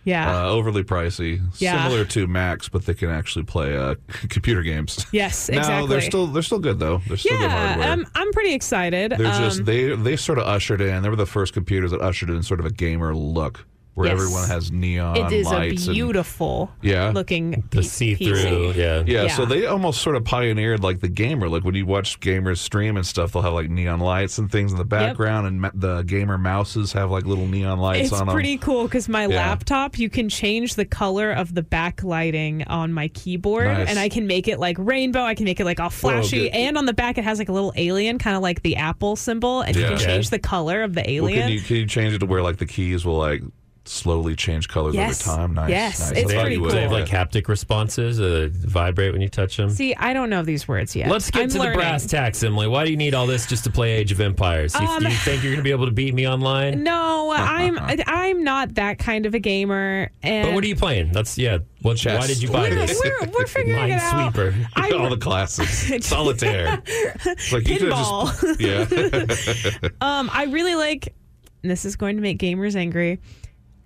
Speaker 5: Yeah.
Speaker 3: uh, overly pricey,
Speaker 5: Yeah.
Speaker 3: similar to Macs, but they can actually play uh, <laughs> computer games. <laughs>
Speaker 5: Yes,
Speaker 3: No, they're
Speaker 5: exactly.
Speaker 3: still they're still good though. They're still good
Speaker 5: yeah,
Speaker 3: hardware.
Speaker 5: I'm, I'm pretty excited.
Speaker 3: They're just
Speaker 5: Um,
Speaker 3: they they sort of ushered in. They were the first computers that ushered in sort of a gamer look where
Speaker 5: Yes.
Speaker 3: everyone has neon
Speaker 5: It is a
Speaker 3: lights. and-
Speaker 5: beautiful
Speaker 3: Yeah.
Speaker 5: looking
Speaker 2: The
Speaker 5: p-
Speaker 2: see-through,
Speaker 5: PC.
Speaker 2: yeah.
Speaker 3: yeah,
Speaker 5: Yeah.
Speaker 3: So they almost sort of pioneered like the gamer. Like when you watch gamers stream and stuff, they'll have like neon lights and things in the background, and ma- the gamer mouses have like little neon lights
Speaker 5: It's
Speaker 3: on them.
Speaker 5: pretty cool because my
Speaker 3: Yeah.
Speaker 5: laptop, you can change the color of the backlighting on my keyboard,
Speaker 3: Nice. Oh,
Speaker 5: and I can make it like rainbow. I can make it like all
Speaker 3: good.
Speaker 5: flashy, and on the back it has like a little alien, kind of like the Apple symbol, and you
Speaker 3: Yeah.
Speaker 5: can
Speaker 3: Okay.
Speaker 5: change the color of the
Speaker 3: Well,
Speaker 5: alien.
Speaker 3: can you can you change it to where like the keys will like slowly change colors
Speaker 5: Yes.
Speaker 3: over time? Nice.
Speaker 5: Yes,
Speaker 3: nice.
Speaker 5: it's
Speaker 3: I thought
Speaker 5: pretty
Speaker 3: you would.
Speaker 2: They have like haptic responses uh, vibrate when you touch them.
Speaker 5: See, I don't know these words yet.
Speaker 2: Let's get
Speaker 5: I'm
Speaker 2: to
Speaker 5: learning.
Speaker 2: the brass tacks, Emily. Why do you need all this just to play Age of Empires? You-
Speaker 5: Um,
Speaker 2: do you think you're going to be able to beat me
Speaker 5: <laughs>
Speaker 2: online?
Speaker 5: No,
Speaker 3: <laughs>
Speaker 5: I'm I'm not that kind of a gamer. And
Speaker 2: But what are you playing? That's yeah. What, why did you buy
Speaker 5: We're-
Speaker 2: this?
Speaker 5: we're- we're figuring it out.
Speaker 2: Minesweeper.
Speaker 5: I'm-
Speaker 3: <laughs> all the
Speaker 5: <laughs>
Speaker 3: classes, solitaire, It's like you could
Speaker 5: Pinball.
Speaker 3: have just <laughs> yeah.
Speaker 5: Um, I really like. And this is going to make gamers angry.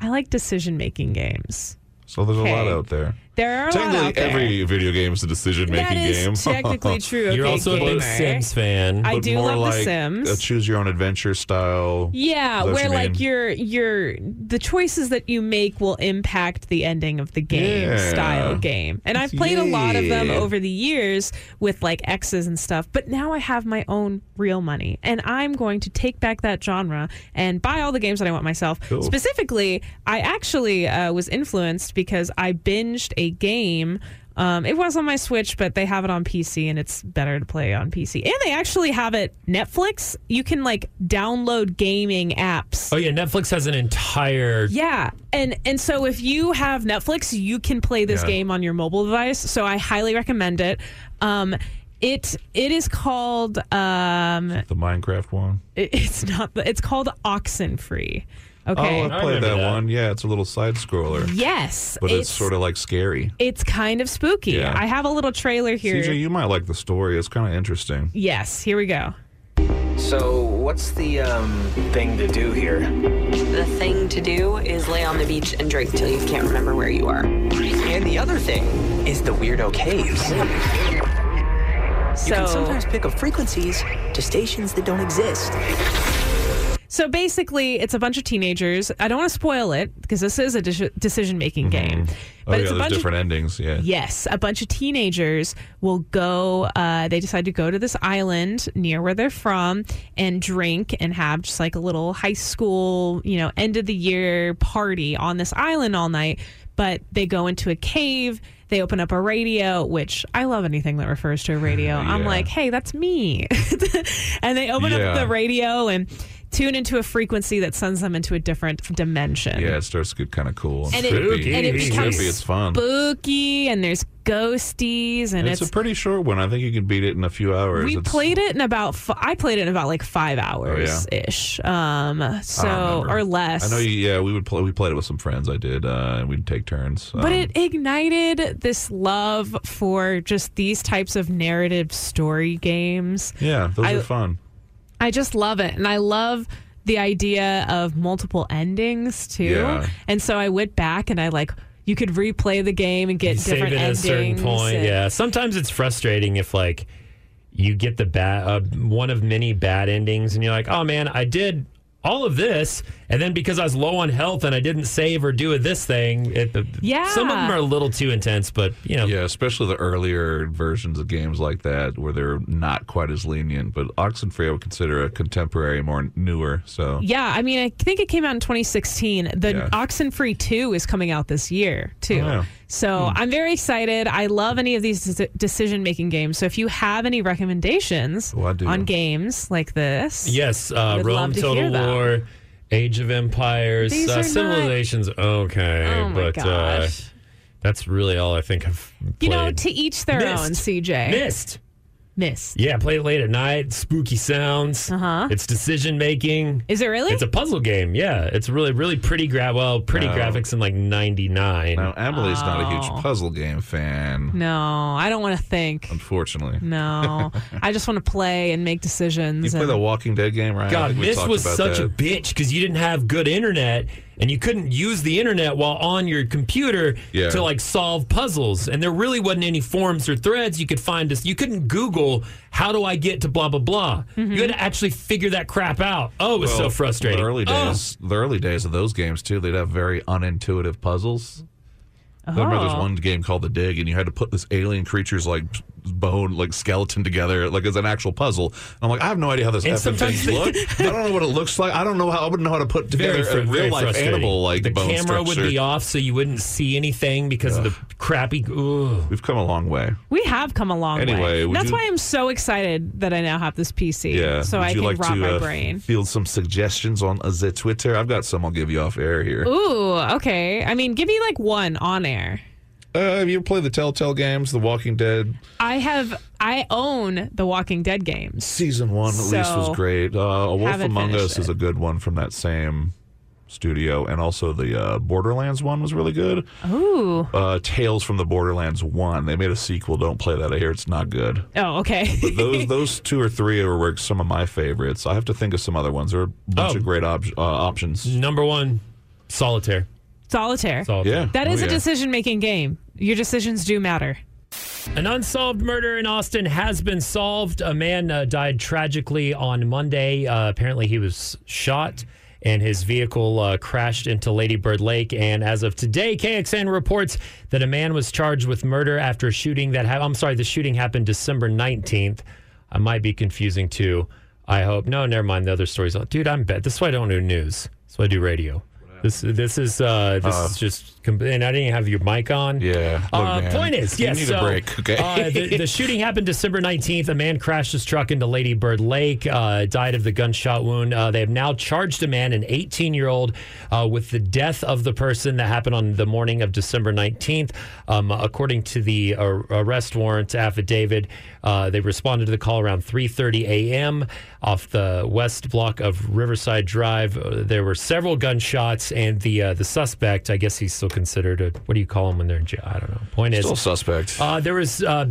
Speaker 5: I like decision making games.
Speaker 3: so there's a lot
Speaker 5: Okay.
Speaker 3: out there.
Speaker 5: There are a lot
Speaker 3: Technically,
Speaker 5: out there.
Speaker 3: every video game is a
Speaker 5: that
Speaker 3: decision-making
Speaker 5: is
Speaker 3: game. <laughs>
Speaker 5: technically true.
Speaker 2: You're
Speaker 5: okay,
Speaker 2: also a
Speaker 5: gamer.
Speaker 2: big Sims fan.
Speaker 5: I
Speaker 3: But
Speaker 5: do
Speaker 3: more
Speaker 5: love
Speaker 3: like uh,
Speaker 5: The Sims.
Speaker 3: A choose-your-own-adventure style.
Speaker 5: yeah,
Speaker 3: Is that what
Speaker 5: where
Speaker 3: you
Speaker 5: like
Speaker 3: mean?
Speaker 5: your your the choices that you make will impact the ending of the game
Speaker 3: Yeah.
Speaker 5: style game. And I've played a lot of them
Speaker 3: Yeah.
Speaker 5: over the years with like X's and stuff, but now I have my own real money and I'm going to take back that genre and buy all the games that I want myself.
Speaker 13: Cool.
Speaker 5: Specifically, I actually uh, was influenced because I binged a game. Um, it was on my Switch, but they have it on PC and it's better to play on PC. And they actually have it Netflix. You can like download gaming apps
Speaker 2: Oh yeah, Netflix has an entire
Speaker 5: yeah, and and so if you have Netflix, you can play this
Speaker 2: Yeah.
Speaker 5: game on your mobile device. So I highly recommend it. Um, it it is called um, <laughs>
Speaker 3: The Minecraft one.
Speaker 5: it- it's not the- it's called Oxen Free. Okay.
Speaker 3: Oh, I played that, one. Yeah, it's a little side scroller.
Speaker 5: Yes,
Speaker 3: but it's,
Speaker 5: it's-
Speaker 3: sort of like scary.
Speaker 5: It's kind of spooky.
Speaker 3: Yeah.
Speaker 5: I have a little trailer here.
Speaker 3: CJ, you might like the story. It's kind of interesting.
Speaker 5: yes, here we go.
Speaker 14: So, what's the um, thing to do here?
Speaker 15: The thing to do is lay on the beach and drink till you can't remember where you are.
Speaker 14: And the other thing is the weirdo caves. you
Speaker 15: So-
Speaker 14: can sometimes pick up frequencies to stations that don't exist.
Speaker 5: So basically, it's a bunch of teenagers. I don't want to spoil it because this is a decision making game.
Speaker 3: Oh, yeah,
Speaker 5: it's a
Speaker 3: there's
Speaker 5: bunch of
Speaker 3: different endings. Yeah.
Speaker 5: Yes, a bunch of teenagers will go. Uh, they decide to go to this island near where they're from and drink and have just like a little high school, you know, end of the year party on this island all night. But they go into a cave. They open up a radio, which I love anything that refers to a
Speaker 3: <laughs>
Speaker 5: radio. I'm
Speaker 13: Yeah.
Speaker 5: like, hey, that's me. <laughs> and they open
Speaker 3: Yeah.
Speaker 5: up the radio and tune into a frequency that sends them into a different dimension
Speaker 3: Yeah, it starts to get kind of cool.
Speaker 5: and it,
Speaker 3: spooky.
Speaker 5: and it
Speaker 3: It's
Speaker 5: becomes
Speaker 3: spooky. It's fun.
Speaker 5: spooky, and there's ghosties, and
Speaker 3: it's,
Speaker 5: it's.
Speaker 3: a pretty short one. I think you can beat it in a few hours.
Speaker 5: we
Speaker 3: It's-
Speaker 5: played it in about. F- I played it in about like five hours ish, um, so
Speaker 3: remember.
Speaker 5: or less.
Speaker 3: I know. You, yeah, we would play. We played it with some friends. I did, uh, and we'd take turns. Uh,
Speaker 5: but it ignited this love for just these types of narrative story games.
Speaker 3: Yeah, those
Speaker 5: I-
Speaker 3: are fun.
Speaker 5: I just love it. And I love the idea of multiple endings too.
Speaker 3: Yeah.
Speaker 5: And so I went back and I like you could replay the game and get
Speaker 2: save
Speaker 5: different
Speaker 2: it at a
Speaker 5: endings.
Speaker 2: certain point.
Speaker 5: and-
Speaker 2: Yeah, sometimes it's frustrating if like you get the bad uh, one of many bad endings, and you're like, oh man, I did all of this, and then because I was low on health and I didn't save or do this thing, it,
Speaker 5: Yeah.
Speaker 2: some of them are a little too intense, but you know,
Speaker 3: Yeah, especially the earlier versions of games like that where they're not quite as lenient. But Oxenfree, I would consider a contemporary, more newer. So
Speaker 5: Yeah, I mean, I think it came out in 2016. The
Speaker 3: Yeah.
Speaker 5: Oxenfree 2 is coming out this year, too.
Speaker 3: Oh, yeah.
Speaker 5: So I'm very excited. I love any of these decision making games. So if you have any recommendations
Speaker 2: Oh, I do.
Speaker 5: on games like this,
Speaker 2: yes, uh,
Speaker 5: Would
Speaker 2: Rome,
Speaker 5: love to
Speaker 2: Total
Speaker 5: hear them.
Speaker 2: War, Age of Empires,
Speaker 5: These
Speaker 2: uh,
Speaker 5: are not-
Speaker 2: Civilizations. Okay,
Speaker 5: Oh my
Speaker 2: but uh,
Speaker 5: gosh.
Speaker 2: that's really all I think I've played.
Speaker 5: you know, to each their
Speaker 2: Missed.
Speaker 5: own, CJ.
Speaker 2: Missed.
Speaker 5: Missed.
Speaker 2: Yeah, play it late at night. Spooky sounds.
Speaker 5: Uh-huh.
Speaker 2: It's decision making.
Speaker 5: Is it really?
Speaker 2: It's a puzzle game. Yeah, it's really really pretty. Gra- well, pretty
Speaker 3: No.
Speaker 2: graphics in like '99.
Speaker 3: now Emily's not a
Speaker 5: Oh.
Speaker 3: huge puzzle game fan,
Speaker 5: No, I don't want to think.
Speaker 3: unfortunately. <laughs>
Speaker 5: <laughs> No, I just want to play and make decisions.
Speaker 3: You play
Speaker 5: and-
Speaker 3: the Walking Dead game, right? I
Speaker 2: God,
Speaker 3: think we
Speaker 2: this
Speaker 3: talked
Speaker 2: was
Speaker 3: about
Speaker 2: such
Speaker 3: that.
Speaker 2: a bitch because you didn't have good internet and you couldn't use the internet while on your computer
Speaker 3: Yeah.
Speaker 2: to like solve puzzles. And there really wasn't any forums or threads you could find. This you couldn't Google how do I get to blah blah blah.
Speaker 5: Mm-hmm.
Speaker 2: You had to actually figure that crap out. Oh, it was
Speaker 3: Well,
Speaker 2: so frustrating.
Speaker 3: The early
Speaker 2: Oh.
Speaker 3: days, the early days of those games too, they'd have very unintuitive puzzles. I remember there's
Speaker 5: Oh.
Speaker 3: one game called The Dig, and you had to put this alien creature's like bone, like skeleton together, like as an actual puzzle. And I'm like, I have no idea how this
Speaker 2: And
Speaker 3: effing
Speaker 2: sometimes
Speaker 3: thing
Speaker 2: they- <laughs>
Speaker 3: looks. I don't know what it looks like. I don't know how I wouldn't know how to put together
Speaker 2: fru-
Speaker 3: a real life
Speaker 2: frustrating.
Speaker 3: animal like
Speaker 2: the
Speaker 3: bone
Speaker 2: camera
Speaker 3: structure.
Speaker 2: would be off so you wouldn't see anything because of the crappy ugh.
Speaker 3: We've come a long way.
Speaker 5: We have come a long
Speaker 3: Anyway,
Speaker 5: way.
Speaker 3: would
Speaker 5: That's
Speaker 3: you-
Speaker 5: why I'm so excited that I now have this PC.
Speaker 3: Yeah.
Speaker 5: So
Speaker 3: Would
Speaker 5: I
Speaker 3: you
Speaker 5: can
Speaker 3: like
Speaker 5: rob
Speaker 3: to
Speaker 5: my
Speaker 3: uh,
Speaker 5: brain.
Speaker 3: field some suggestions on uh, the Twitter? I've got some. I'll give you off air here.
Speaker 5: Ooh, okay. I mean, give me like one on air.
Speaker 3: Uh, you play the Telltale games, The Walking Dead.
Speaker 5: I have, I own the Walking Dead games.
Speaker 3: Season one at least was
Speaker 5: So,
Speaker 3: great. Uh, a Wolf
Speaker 5: haven't
Speaker 3: Among
Speaker 5: finished
Speaker 3: Us is a good one from that same studio, and also the uh, Borderlands one was really good.
Speaker 5: Uh-huh. Ooh.
Speaker 3: Uh, Tales from the Borderlands one. They made a sequel. Don't play that. I hear it's not good.
Speaker 5: Oh, okay. <laughs>
Speaker 3: But those those two or three are were some of my favorites. I have to think of some other ones. There are a
Speaker 5: Oh.
Speaker 3: bunch of great op- uh, options.
Speaker 2: Number one, solitaire.
Speaker 5: Solitaire.
Speaker 2: Solitaire. Yeah.
Speaker 5: That is
Speaker 2: Oh,
Speaker 5: a
Speaker 2: yeah.
Speaker 5: decision making game. Your decisions do matter.
Speaker 2: An unsolved murder in Austin has been solved. A man uh, died tragically on Monday. Uh, apparently, he was shot and his vehicle uh, crashed into Lady Bird Lake. And as of today, KXN reports that a man was charged with murder after a shooting that ha- I'm sorry, the shooting happened December 19th. I might be confusing too. I hope. No, never mind. The other stories. Oh, Dude, I'm bet. This is why I don't do news. That's why I do radio. This this is uh, this
Speaker 3: Uh.
Speaker 2: is just com- and I didn't even have your mic on.
Speaker 3: Yeah. Look,
Speaker 2: Uh,
Speaker 3: man,
Speaker 2: point is,
Speaker 3: you
Speaker 2: yes.
Speaker 3: need a
Speaker 2: so,
Speaker 3: break, okay?
Speaker 2: uh, the, the shooting happened December 19th. A man crashed his truck into Lady Bird Lake, uh, died of the gunshot wound. Uh, they have now charged a man, an 18 year old, uh, with the death of the person that happened on the morning of December 19th. Um, according to the uh, arrest warrant affidavit, uh, they responded to the call around 3:30 a.m. off the west block of Riverside Drive. Uh, there were several gunshots, and the uh, the suspect, I guess he's still considered a what do you call him when they're in jail? I don't know. Point is,
Speaker 3: Still suspect.
Speaker 5: Oh.
Speaker 2: uh, there was uh,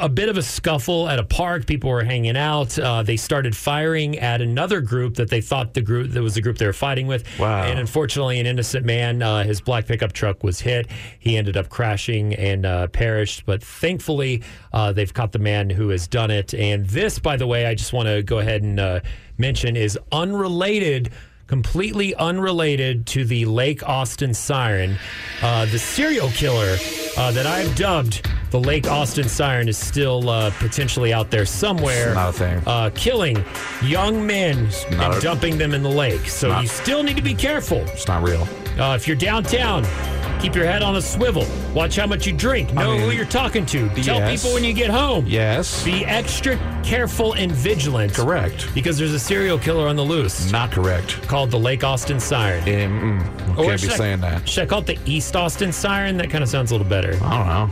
Speaker 2: a bit of a scuffle at a park. People were hanging out. Uh, they started firing at another group that they thought the group that was the group they were fighting with. Wow! And unfortunately, an innocent man, uh, his black pickup truck was hit. He ended up crashing and uh, perished. But thankfully, uh, they've caught the man who has done it. And this, by the way, I just want to go ahead and didn't uh, mention is unrelated, completely unrelated to the Lake Austin siren. Uh, the serial killer uh, that I've dubbed the Lake Austin siren is still uh, potentially out there somewhere,
Speaker 3: Not a
Speaker 5: Oh.
Speaker 3: thing.
Speaker 2: Uh, killing young men
Speaker 3: not
Speaker 2: and
Speaker 3: a-
Speaker 2: dumping them in the lake. So
Speaker 3: not-
Speaker 2: you still need to be careful.
Speaker 3: It's not real.
Speaker 2: Uh, if you're downtown, keep your head on a swivel. Watch how much you drink. Know who you're talking to. Tell
Speaker 3: yes.
Speaker 2: people when you get home.
Speaker 3: Yes.
Speaker 2: Be extra careful and vigilant. Correct. Because there's a serial killer on the loose.
Speaker 3: Not correct.
Speaker 2: Called the Lake Austin Siren.
Speaker 3: Mm-mm. Can't be
Speaker 2: should Oh, I-
Speaker 3: saying that.
Speaker 2: Should I call it the East Austin Siren? That kind of sounds a little better.
Speaker 3: I don't know.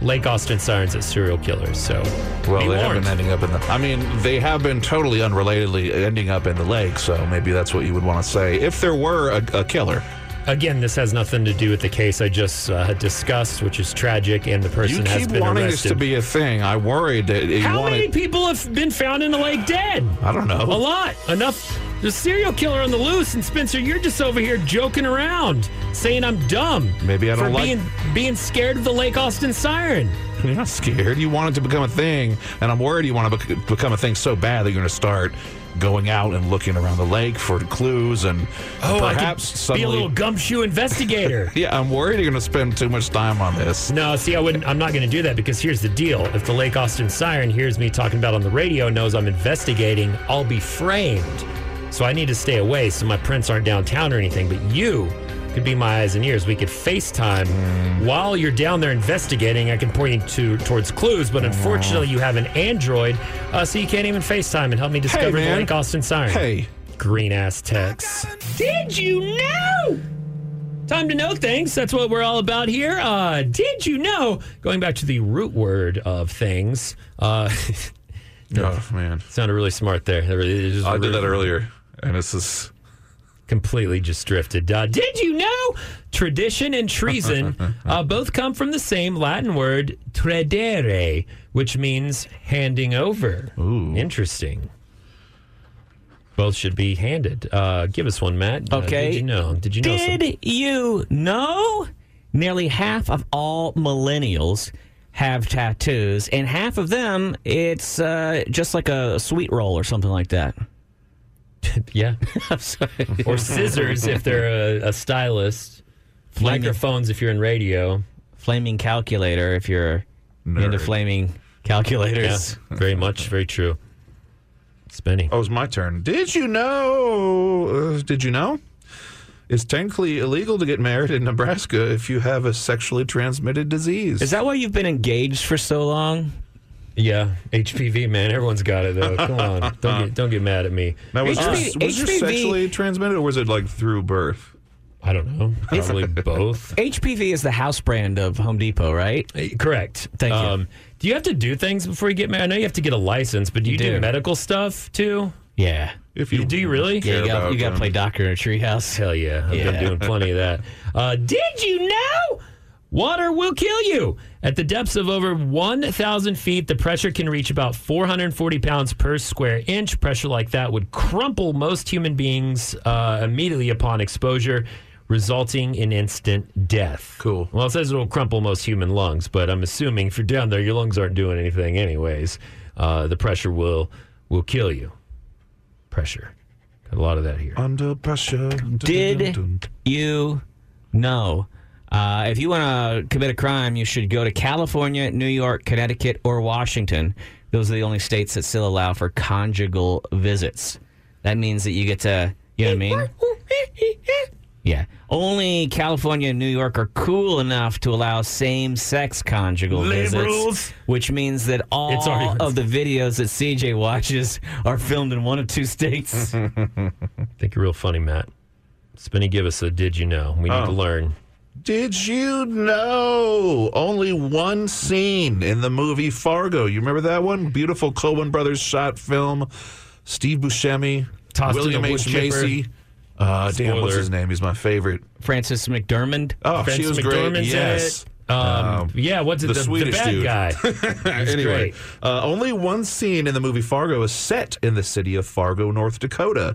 Speaker 2: Lake Austin Sirens at serial killers. So,
Speaker 3: Well,
Speaker 2: be
Speaker 3: they
Speaker 2: warned.
Speaker 3: have been ending up in the. I mean, they have been totally unrelatedly ending up in the lake, so maybe that's what you would want to say if there were a, a killer.
Speaker 2: Again, this has nothing to do with the case I just uh, discussed, which is tragic, and the person
Speaker 3: you
Speaker 2: has
Speaker 3: keep
Speaker 2: been
Speaker 3: wanting
Speaker 2: arrested.
Speaker 3: this to be a thing. I worried that you
Speaker 2: How
Speaker 3: wanted.
Speaker 2: many people have been found in the lake dead?
Speaker 3: I don't know.
Speaker 2: A lot. Enough. The serial killer on the loose, and Spencer, you're just over here joking around, saying I'm dumb.
Speaker 3: Maybe I
Speaker 2: for
Speaker 3: don't like-
Speaker 2: being being scared of the Lake Austin siren.
Speaker 3: <laughs> You're not scared. You want it to become a thing, and I'm worried you want to bec- become a thing so bad that you're going to start going out and looking around the lake for clues and
Speaker 2: Oh, I could
Speaker 3: perhaps
Speaker 2: be
Speaker 3: suddenly.
Speaker 2: a little gumshoe investigator.
Speaker 3: yeah, I'm worried you're going to spend too much time on this.
Speaker 2: No, see, I wouldn't. I'm not going to do that because here's the deal: if the Lake Austin siren hears me talking about on the radio, knows I'm investigating, I'll be framed. So I need to stay away so my prints aren't downtown or anything. But you could be my eyes and ears. We could FaceTime while you're down there investigating. I can point you to towards clues, but unfortunately, you have an Android, uh, so you can't even FaceTime and help me discover the
Speaker 3: man.
Speaker 2: Lake Austin siren.
Speaker 3: Hey.
Speaker 2: green ass text. Did you know? Time to know things. That's what we're all about here. Uh, did you know? Going back to the root word of things. Uh, <laughs>
Speaker 3: Oh man,
Speaker 2: sounded really smart there. There really is
Speaker 3: I
Speaker 2: a
Speaker 3: did
Speaker 2: root
Speaker 3: that
Speaker 2: word.
Speaker 3: earlier, and this is
Speaker 2: Completely just drifted. Uh, did you know? Tradition and
Speaker 3: <laughs>
Speaker 2: treason uh, both come from the same Latin word tradere, which means handing over. Ooh. Interesting. Both should be handed. Uh, give us one, Matt. Uh,
Speaker 9: Okay.
Speaker 2: did you know? Did you know?
Speaker 9: Did
Speaker 2: something?
Speaker 9: you know? Nearly half of all millennials have tattoos, and half of them, it's uh, just like a sweet roll or something
Speaker 3: <laughs>
Speaker 9: like that.
Speaker 2: yeah.
Speaker 9: I'm sorry.
Speaker 2: <laughs> or scissors if they're a, a stylist.
Speaker 9: Flaming-
Speaker 2: Microphones if you're in radio.
Speaker 9: Flaming calculator if you're into
Speaker 3: Nerd.
Speaker 9: flaming calculators.
Speaker 2: Yeah, very much, very true. Spinning.
Speaker 3: Oh, it was my turn. Did you know? Uh, did you know? It's technically illegal to get married in Nebraska if you have a sexually transmitted disease.
Speaker 9: Is that why you've been engaged for so long?
Speaker 2: Yeah, HPV man, everyone's got it though. Come <laughs> on, don't get, don't get mad at me.
Speaker 3: now, was,
Speaker 9: HPV
Speaker 3: yours, was yours
Speaker 9: HPV
Speaker 3: sexually transmitted or was it like through birth?
Speaker 2: I don't know, <laughs> probably both.
Speaker 9: HPV is the house brand of Home Depot, right?
Speaker 2: Eh, Correct.
Speaker 9: Thank you.
Speaker 2: Um, do you have to do things before you get married? I know you have to get a license, but do you, do.
Speaker 9: do.
Speaker 2: medical stuff too?
Speaker 9: Yeah.
Speaker 3: If
Speaker 2: You- do you really?
Speaker 9: Yeah,
Speaker 3: care
Speaker 9: you got,
Speaker 3: about
Speaker 9: you got to
Speaker 3: them.
Speaker 9: play doctor in a treehouse.
Speaker 2: Hell yeah. I've been
Speaker 9: Yeah.
Speaker 2: doing plenty of that. Uh, did you know? Water will kill you. At the depths of over 1,000 feet, the pressure can reach about 440 pounds per square inch. Pressure like that would crumple most human beings uh, immediately upon exposure, resulting in instant death.
Speaker 3: Cool.
Speaker 2: Well, it says it'll crumple most human lungs, but I'm assuming if you're down there, your lungs aren't doing anything, anyways. Uh, the pressure will will kill you. Pressure. Got a lot of that here.
Speaker 3: Under pressure.
Speaker 9: Did you know? Uh, if you want to commit a crime, you should go to California, New York, Connecticut, or Washington. Those are the only states that still allow for conjugal visits. That means that you get to, you know what I mean?
Speaker 2: <laughs>
Speaker 9: Yeah. Only California and New York are cool enough to allow same sex conjugal
Speaker 2: Liberals.
Speaker 9: visits, which means that all
Speaker 2: It's already-
Speaker 9: of the videos that CJ watches are filmed in one of
Speaker 2: <laughs>
Speaker 9: two states.
Speaker 2: think you're real funny, Matt. Spinny, give us a did you know? We need
Speaker 3: Oh.
Speaker 2: to learn.
Speaker 3: Did you know? Only one scene in the movie Fargo. You remember that one? Beautiful Coen Brothers shot film. Steve Buscemi,
Speaker 2: Tossed in
Speaker 3: William
Speaker 2: a wood
Speaker 3: H. Macy. Uh, damn, what's
Speaker 2: Spoiler.
Speaker 3: his name? He's my favorite.
Speaker 9: Francis McDermott.
Speaker 3: Oh, she
Speaker 2: Frances
Speaker 3: was great.
Speaker 2: McDormand's in
Speaker 3: Yes.
Speaker 2: it. Um, yeah, what's it?
Speaker 3: the
Speaker 2: The, the,
Speaker 3: Swedish
Speaker 2: bad
Speaker 3: dude.
Speaker 2: <laughs>
Speaker 3: <laughs>
Speaker 2: guy. He's
Speaker 3: anyway,
Speaker 2: great.
Speaker 3: uh, only one scene in the movie Fargo is set in the city of Fargo, North Dakota,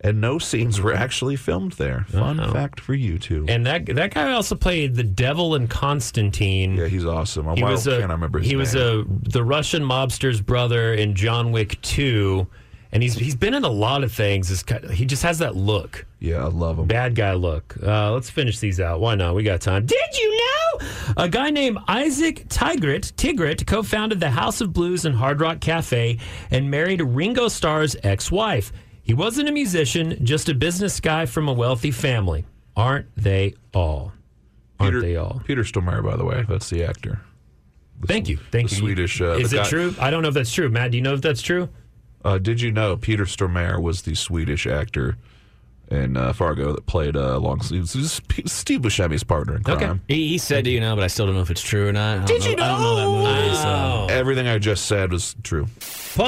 Speaker 3: and no scenes were actually filmed there. Fun
Speaker 2: Oh.
Speaker 3: fact for you two.
Speaker 2: And that that guy also played the devil in Constantine.
Speaker 3: yeah, he's awesome.
Speaker 2: he
Speaker 3: Why
Speaker 2: was a,
Speaker 3: can't I remember his
Speaker 2: he was
Speaker 3: name?
Speaker 2: a the Russian mobster's brother in John Wick 2 and he's he's been in a lot of things. This kind he just has that look.
Speaker 3: Yeah, I love him.
Speaker 2: Bad guy look. Uh, let's finish these out. Why not? We got time. Did you know a guy named Isaac Tigret Tigret co-founded the House of Blues and Hard Rock Cafe and married Ringo Starr's ex-wife. He wasn't a musician, just a business guy from a wealthy family. Aren't they all? Aren't
Speaker 3: Peter,
Speaker 2: they all?
Speaker 3: Peter Stormare, by the way, that's the actor.
Speaker 2: Thank you. Thank
Speaker 3: the
Speaker 2: you.
Speaker 3: Swedish, uh,
Speaker 2: Is
Speaker 3: the
Speaker 2: it
Speaker 3: guy-
Speaker 2: true? I don't know if that's true. Matt, do you know if that's true?
Speaker 3: Uh, did you know Peter Stormare was the Swedish actor in uh, Fargo that played uh, long he was- he was P- Steve Buscemi's partner in crime?
Speaker 9: He, he said, "Do you know?" But I still don't know if it's true or not. I don't
Speaker 2: Did you
Speaker 9: I don't know that movie.
Speaker 2: Oh.
Speaker 3: Everything I just said was true.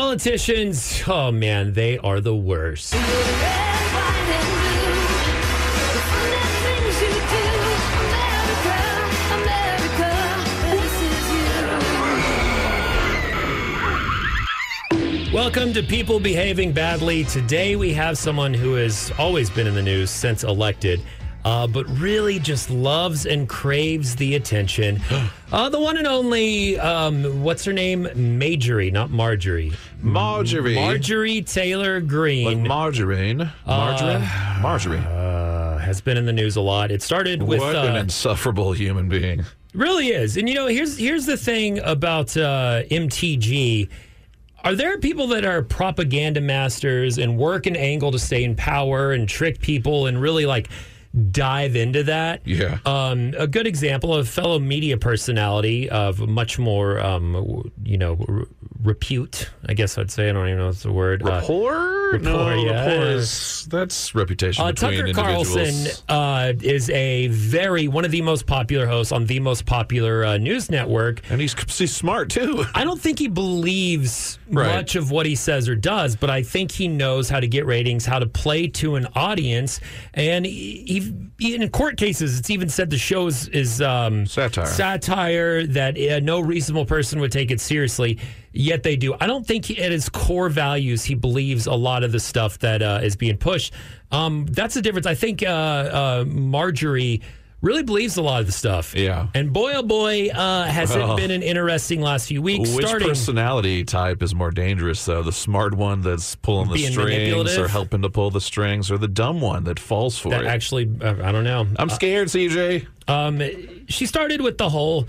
Speaker 2: Politicians, oh man, they are the worst. Welcome to People Behaving Badly. Today we have someone who has always been in the news since elected, uh, but really just loves and craves the attention. Uh, the one and only, um, what's her name? Majorie, not Marjorie.
Speaker 3: Marjorie.
Speaker 2: Marjorie Taylor Green.
Speaker 3: margarine. Margarine? margarine.
Speaker 2: Uh, has been in the news a lot. It started with.
Speaker 3: what an
Speaker 2: uh,
Speaker 3: insufferable human being. <laughs>
Speaker 2: Really is. And you know, here's here's the thing about uh, MTG. Are there people that are propaganda masters and work an angle to stay in power and trick people and really like dive into that?
Speaker 3: Yeah.
Speaker 2: Um, a good example of fellow media personality of much more, um, w- you know, r- repute. I guess I'd say I don't even know if it's a word. Uh,
Speaker 3: Rapport?
Speaker 2: rapport,
Speaker 3: no,
Speaker 2: yeah.
Speaker 3: rapport is that's reputation
Speaker 2: Uh,
Speaker 3: between
Speaker 2: Tucker
Speaker 3: individuals.
Speaker 2: Carlson uh, is a very one of the most popular hosts on the most popular uh, news network,
Speaker 3: and he's he's smart too.
Speaker 2: I don't think he believes
Speaker 3: Right.
Speaker 2: much of what he says or does, but I think he knows how to get ratings, how to play to an audience, and he, he- in court cases, it's even said the show is, is um,
Speaker 3: Satire.
Speaker 2: satire that uh, no reasonable person would take it seriously. Yet they do. I don't think he, at his core values he believes a lot of the stuff that uh, is being pushed. Um, that's the difference. I think uh, uh, Marjorie really believes a lot of the stuff.
Speaker 3: Yeah.
Speaker 2: And boy, oh boy, uh, has
Speaker 3: Well.
Speaker 2: it been an interesting last few weeks?
Speaker 3: Which
Speaker 2: starting
Speaker 3: personality type is more dangerous, though? The smart one that's pulling the
Speaker 2: Being
Speaker 3: strings
Speaker 2: manipulative?
Speaker 3: or helping to pull the strings, or the dumb one that falls for
Speaker 2: that
Speaker 3: it?
Speaker 2: actually, uh, I don't know.
Speaker 3: I'm scared, CJ.
Speaker 2: Um, she started with the whole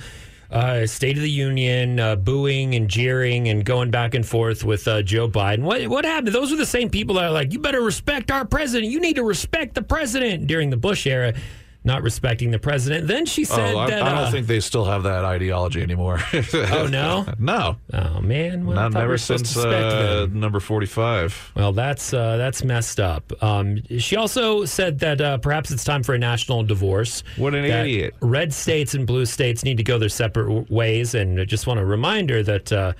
Speaker 2: uh, State of the Union, uh, booing and jeering and going back and forth with uh, Joe Biden. What what happened? Those were the same people that are like, you better respect our president. You need to respect the president during the Bush era. Not respecting the president. Then she said
Speaker 3: oh, I,
Speaker 2: that.
Speaker 3: I don't
Speaker 2: uh,
Speaker 3: think they still have that ideology anymore. <laughs>
Speaker 2: oh no.
Speaker 3: no,
Speaker 2: Oh man, well, I
Speaker 3: not
Speaker 2: thought we
Speaker 3: never
Speaker 2: were supposed to
Speaker 3: since
Speaker 2: respect
Speaker 3: uh,
Speaker 2: them.
Speaker 3: number forty-five.
Speaker 2: Well, that's uh, that's messed up. Um, she also said that uh, perhaps it's time for a national divorce.
Speaker 3: What an
Speaker 2: that
Speaker 3: idiot.
Speaker 2: Red states and blue states need to go their separate w- ways. And I just want a reminder that uh,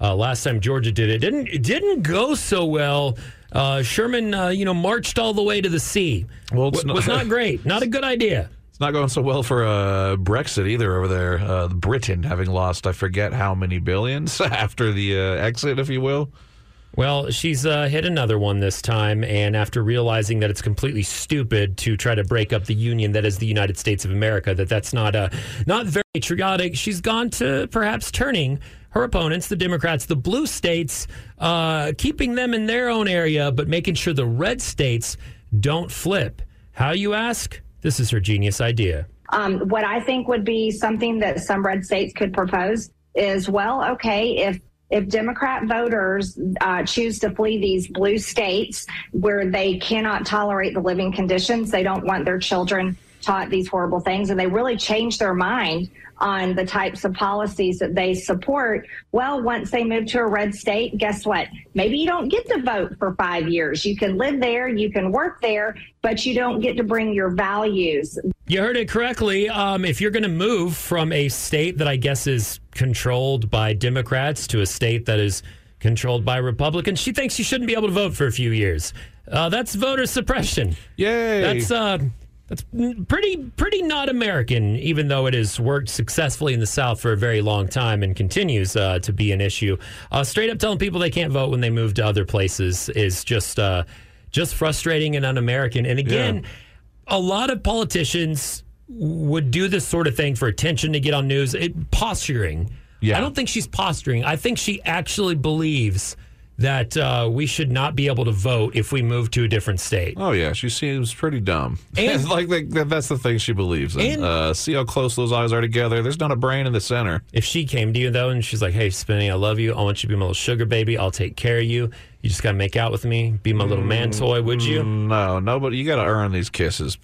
Speaker 2: uh, last time Georgia did it, didn't it didn't go so well. Uh, Sherman, uh, you know, marched all the way to the sea.
Speaker 3: Well, it's
Speaker 2: W-
Speaker 3: not-
Speaker 2: was
Speaker 3: <laughs>
Speaker 2: not great. Not a good idea.
Speaker 3: It's not going so well for uh, Brexit either over there. Uh, Britain having lost, I forget how many billions <laughs> after the uh, exit, if you will.
Speaker 2: Well, she's uh, hit another one this time, and after realizing that it's completely stupid to try to break up the union that is the United States of America, that that's not uh, not very patriotic, she's gone to perhaps turning her opponents, the Democrats, the blue states, uh, keeping them in their own area, but making sure the red states don't flip. How you ask? This is her genius idea.
Speaker 13: Um, what I think would be something that some red states could propose is, well, okay, if if Democrat voters uh, choose to flee these blue states where they cannot tolerate the living conditions, they don't want their children taught these horrible things, and they really change their mind on the types of policies that they support. Well, once they move to a red state, guess what? Maybe you don't get to vote for five years. You can live there, you can work there, but you don't get to bring your values.
Speaker 2: You heard it correctly. Um, if you're going to move from a state that I guess is controlled by Democrats to a state that is controlled by Republicans, she thinks you shouldn't be able to vote for a few years. Uh, that's voter suppression.
Speaker 3: Yay!
Speaker 2: That's uh, that's pretty pretty not American, even though it has worked successfully in the South for a very long time and continues uh, to be an issue. Uh, straight up telling people they can't vote when they move to other places is just uh, just frustrating and un-American. And again, a lot of politicians would do this sort of thing for attention to get on news. It, posturing.
Speaker 3: Yeah.
Speaker 2: I don't think she's posturing. I think she actually believes that uh, we should not be able to vote if we move to a different state.
Speaker 3: Oh yeah, she seems pretty dumb. <laughs>
Speaker 2: And-
Speaker 3: like like, that- that's the thing she believes in.
Speaker 2: And-
Speaker 3: uh, see how close those eyes are together. There's not a brain in the center.
Speaker 2: If she came to you though and she's like, "Hey, Spinny, I love you. I want you to be my little sugar baby. I'll take care of you. You just gotta make out with me. Be my little man
Speaker 3: Mm.
Speaker 2: toy, would you?"
Speaker 3: No, nobody. You got to earn these kisses.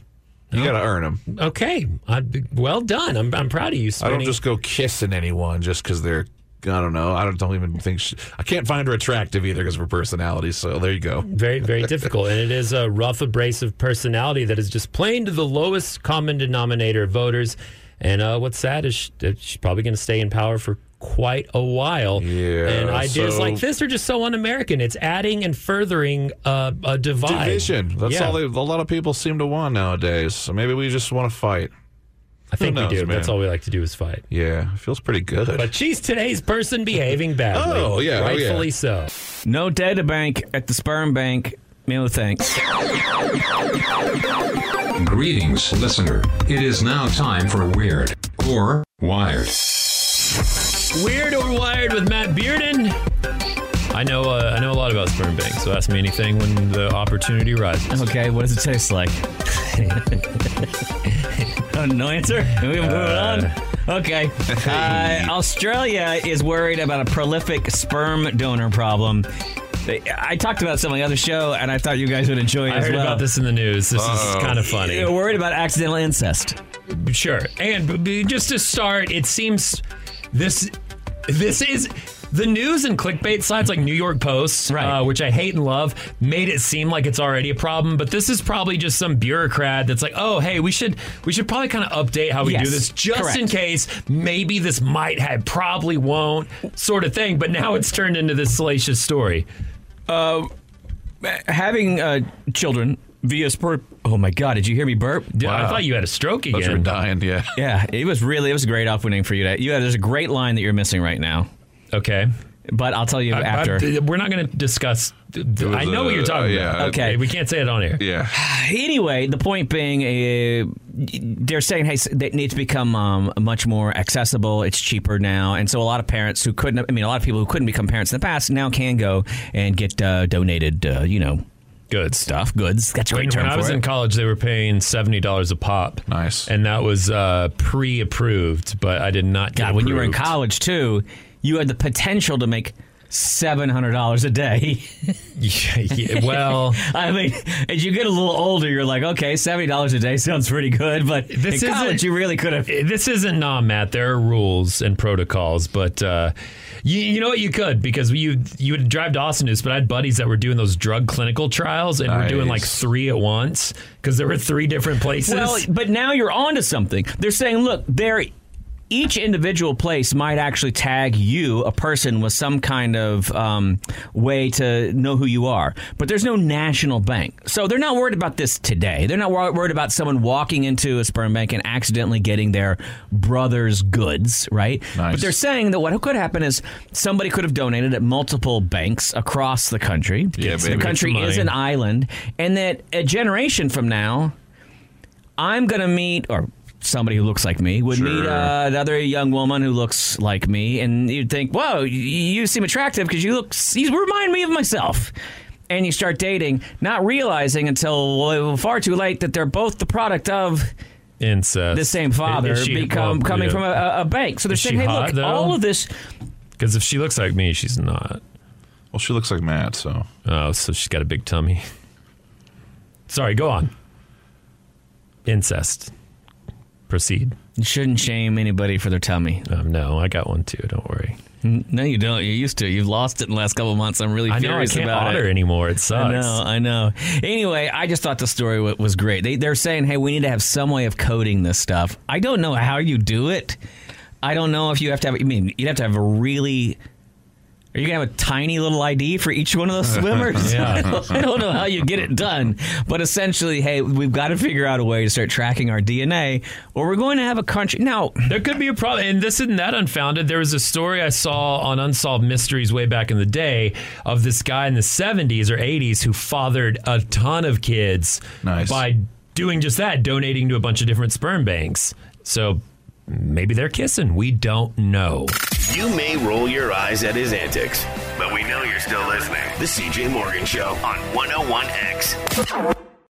Speaker 3: You got to earn them.
Speaker 2: Okay, I, well done. I'm, I'm proud of you,
Speaker 3: I
Speaker 2: Spinny.
Speaker 3: don't just go kissing anyone just because they're. I don't know. I don't, don't even think she, I can't find her attractive either because of her personality. So there you go.
Speaker 2: very very difficult, and it is a rough, abrasive personality that is just playing to the lowest common denominator of voters. And uh, what's sad is she, that she's probably going to stay in power for quite a while. Yeah, and ideas
Speaker 3: so-
Speaker 2: like this are just so un-American. It's adding and furthering uh, a divide.
Speaker 3: Division. That's
Speaker 2: Yeah.
Speaker 3: all they, a lot of people seem to want nowadays. So maybe we just want to fight.
Speaker 2: I think we do. That's all we like to do is fight.
Speaker 3: Yeah, it feels pretty good.
Speaker 2: But she's today's person behaving badly.
Speaker 3: Oh, yeah, oh, yeah.
Speaker 2: rightfully so.
Speaker 9: No data bank at the sperm bank. Meal of thanks.
Speaker 16: Greetings, listener. It is now time for Weird or Wired.
Speaker 2: Weird or Wired with Matt Bearden. I know uh, I know a lot about sperm bank, so ask me anything when the opportunity arises.
Speaker 9: Okay, what does it taste like? Oh, no answer? Can we move on? Okay. Uh, Australia is worried about a prolific sperm donor problem. They- I talked about this on my other show, and I thought you guys would enjoy it
Speaker 2: I
Speaker 9: as
Speaker 2: heard
Speaker 9: well.
Speaker 2: about this in the news. This
Speaker 3: Oh,
Speaker 2: is kind of funny.
Speaker 9: You're worrid about accidental incest.
Speaker 2: Sure. And b- b- just to start, it seems this this is the news and clickbait sites like New York Post, uh, which I hate and love, made it seem like it's already a problem. But this is probably just some bureaucrat that's like, oh, hey, we should we should probably kind of update how we
Speaker 9: Yes,
Speaker 2: do this just
Speaker 9: correct.
Speaker 2: in case maybe this might have probably won't sort of thing. But now it's turned into this salacious story.
Speaker 9: Uh, having uh, children via sperm. Oh my God! Did you hear me burp?
Speaker 2: Yeah, I thought you had a stroke
Speaker 9: Thought you
Speaker 2: again.
Speaker 9: were
Speaker 3: dying. Yeah.
Speaker 9: Yeah. It was really. It was a great opening for you. To, you had, there's a great line that you're missing right now.
Speaker 2: Okay.
Speaker 9: But I'll tell you
Speaker 2: I- I-
Speaker 9: after.
Speaker 2: we're not going to discuss. I know what you're talking about.
Speaker 9: Okay.
Speaker 2: we can't say it on air.
Speaker 3: <laughs> Yeah.
Speaker 9: anyway, the point being, uh, they're saying, hey, they need to become um, much more accessible. It's cheaper now, and so a lot of parents who couldn't, I mean, a lot of people who couldn't become parents in the past now can go and get uh, donated, uh, you know,
Speaker 2: good
Speaker 9: stuff, goods. That's a
Speaker 2: When,
Speaker 9: great term
Speaker 2: when I was
Speaker 9: for
Speaker 2: in
Speaker 9: it.
Speaker 2: college, they were paying seventy dollars a pop.
Speaker 3: Nice,
Speaker 2: and that was uh, pre-approved, but I did not. Get
Speaker 9: God, when you were in
Speaker 2: approved.
Speaker 9: college too, you had the potential to make. Seven hundred dollars a day.
Speaker 2: <laughs> yeah,
Speaker 9: <laughs>
Speaker 2: well-
Speaker 9: I mean, as you get a little older, you're like, okay, seventy dollars a day sounds pretty good, but in college,
Speaker 2: isn't-
Speaker 9: you really could have.
Speaker 2: This isn't nah, Matt. There are rules and protocols, but uh, you, you know what? You could because you you would drive to Austin News, but I had buddies that were doing those drug clinical trials and were doing like
Speaker 9: Nice.
Speaker 2: three at once because there were three different places.
Speaker 9: Well, but now you're onto something. They're saying, look, there. Each individual place might actually tag you, a person, with some kind of um, way to know who you are. But there's no national bank. So they're not worried about this today. They're not wor- worried about someone walking into a sperm bank and accidentally getting their brother's goods, right? But they're saying that what could happen is somebody could have donated at multiple banks across the country.
Speaker 3: Yeah,
Speaker 9: the
Speaker 3: baby.
Speaker 9: country
Speaker 3: Get some
Speaker 9: is
Speaker 3: money.
Speaker 9: an island, and that a generation from now, I'm gonna meet or somebody who looks like me would meet uh, another young woman who looks like me, and you'd think, "Whoa, y- you seem attractive because you look you remind me of myself." And you start dating, not realizing until well, far too late that they're both the product of
Speaker 2: incest.
Speaker 9: the same father,
Speaker 2: Is she-
Speaker 9: become
Speaker 2: well,
Speaker 9: coming
Speaker 2: yeah.
Speaker 9: from a- a, a bank. So they're
Speaker 2: Is
Speaker 9: saying,
Speaker 2: she
Speaker 9: "Hey,
Speaker 2: hot,
Speaker 9: look,
Speaker 2: though?
Speaker 9: all of this."
Speaker 2: Because if she looks like me, she's not.
Speaker 3: Well, she looks like Matt, so.
Speaker 2: Oh, so she's got a big tummy. Sorry, go on. Incest. Proceed.
Speaker 9: You shouldn't shame anybody for their tummy.
Speaker 2: Um, no, I got one too. Don't worry.
Speaker 9: No, you don't. You used to. You've lost it in the last couple of months. I'm really
Speaker 2: I know I
Speaker 9: furious
Speaker 2: can't
Speaker 9: about
Speaker 2: order
Speaker 9: it.
Speaker 2: anymore. It
Speaker 9: I
Speaker 2: sucks.
Speaker 9: know, I know. Anyway, I just thought the story w- was great. They, they're saying, hey, we need to have some way of coding this stuff. I don't know how you do it. I don't know if you have to have, I mean, you'd have to have a really, are you going to have a tiny little ID for each one
Speaker 2: <laughs>
Speaker 9: of those swimmers?
Speaker 2: Yeah.
Speaker 9: I, don't, <laughs> I don't know how you get it done. But essentially, hey, we've got to figure out a way to start tracking our DNA or we're going to have a country. Now,
Speaker 2: there could be a problem, and this isn't that unfounded. There was a story I saw on Unsolved Mysteries way back in the day of this guy in the 70s or 80s who fathered a ton of kids by doing just that, donating to a bunch of different sperm banks. So Maybe they're kissing. We don't know.
Speaker 1: You may roll your eyes at his oh antics, but we know you're still listening. The CJ Morgan Show on 101X.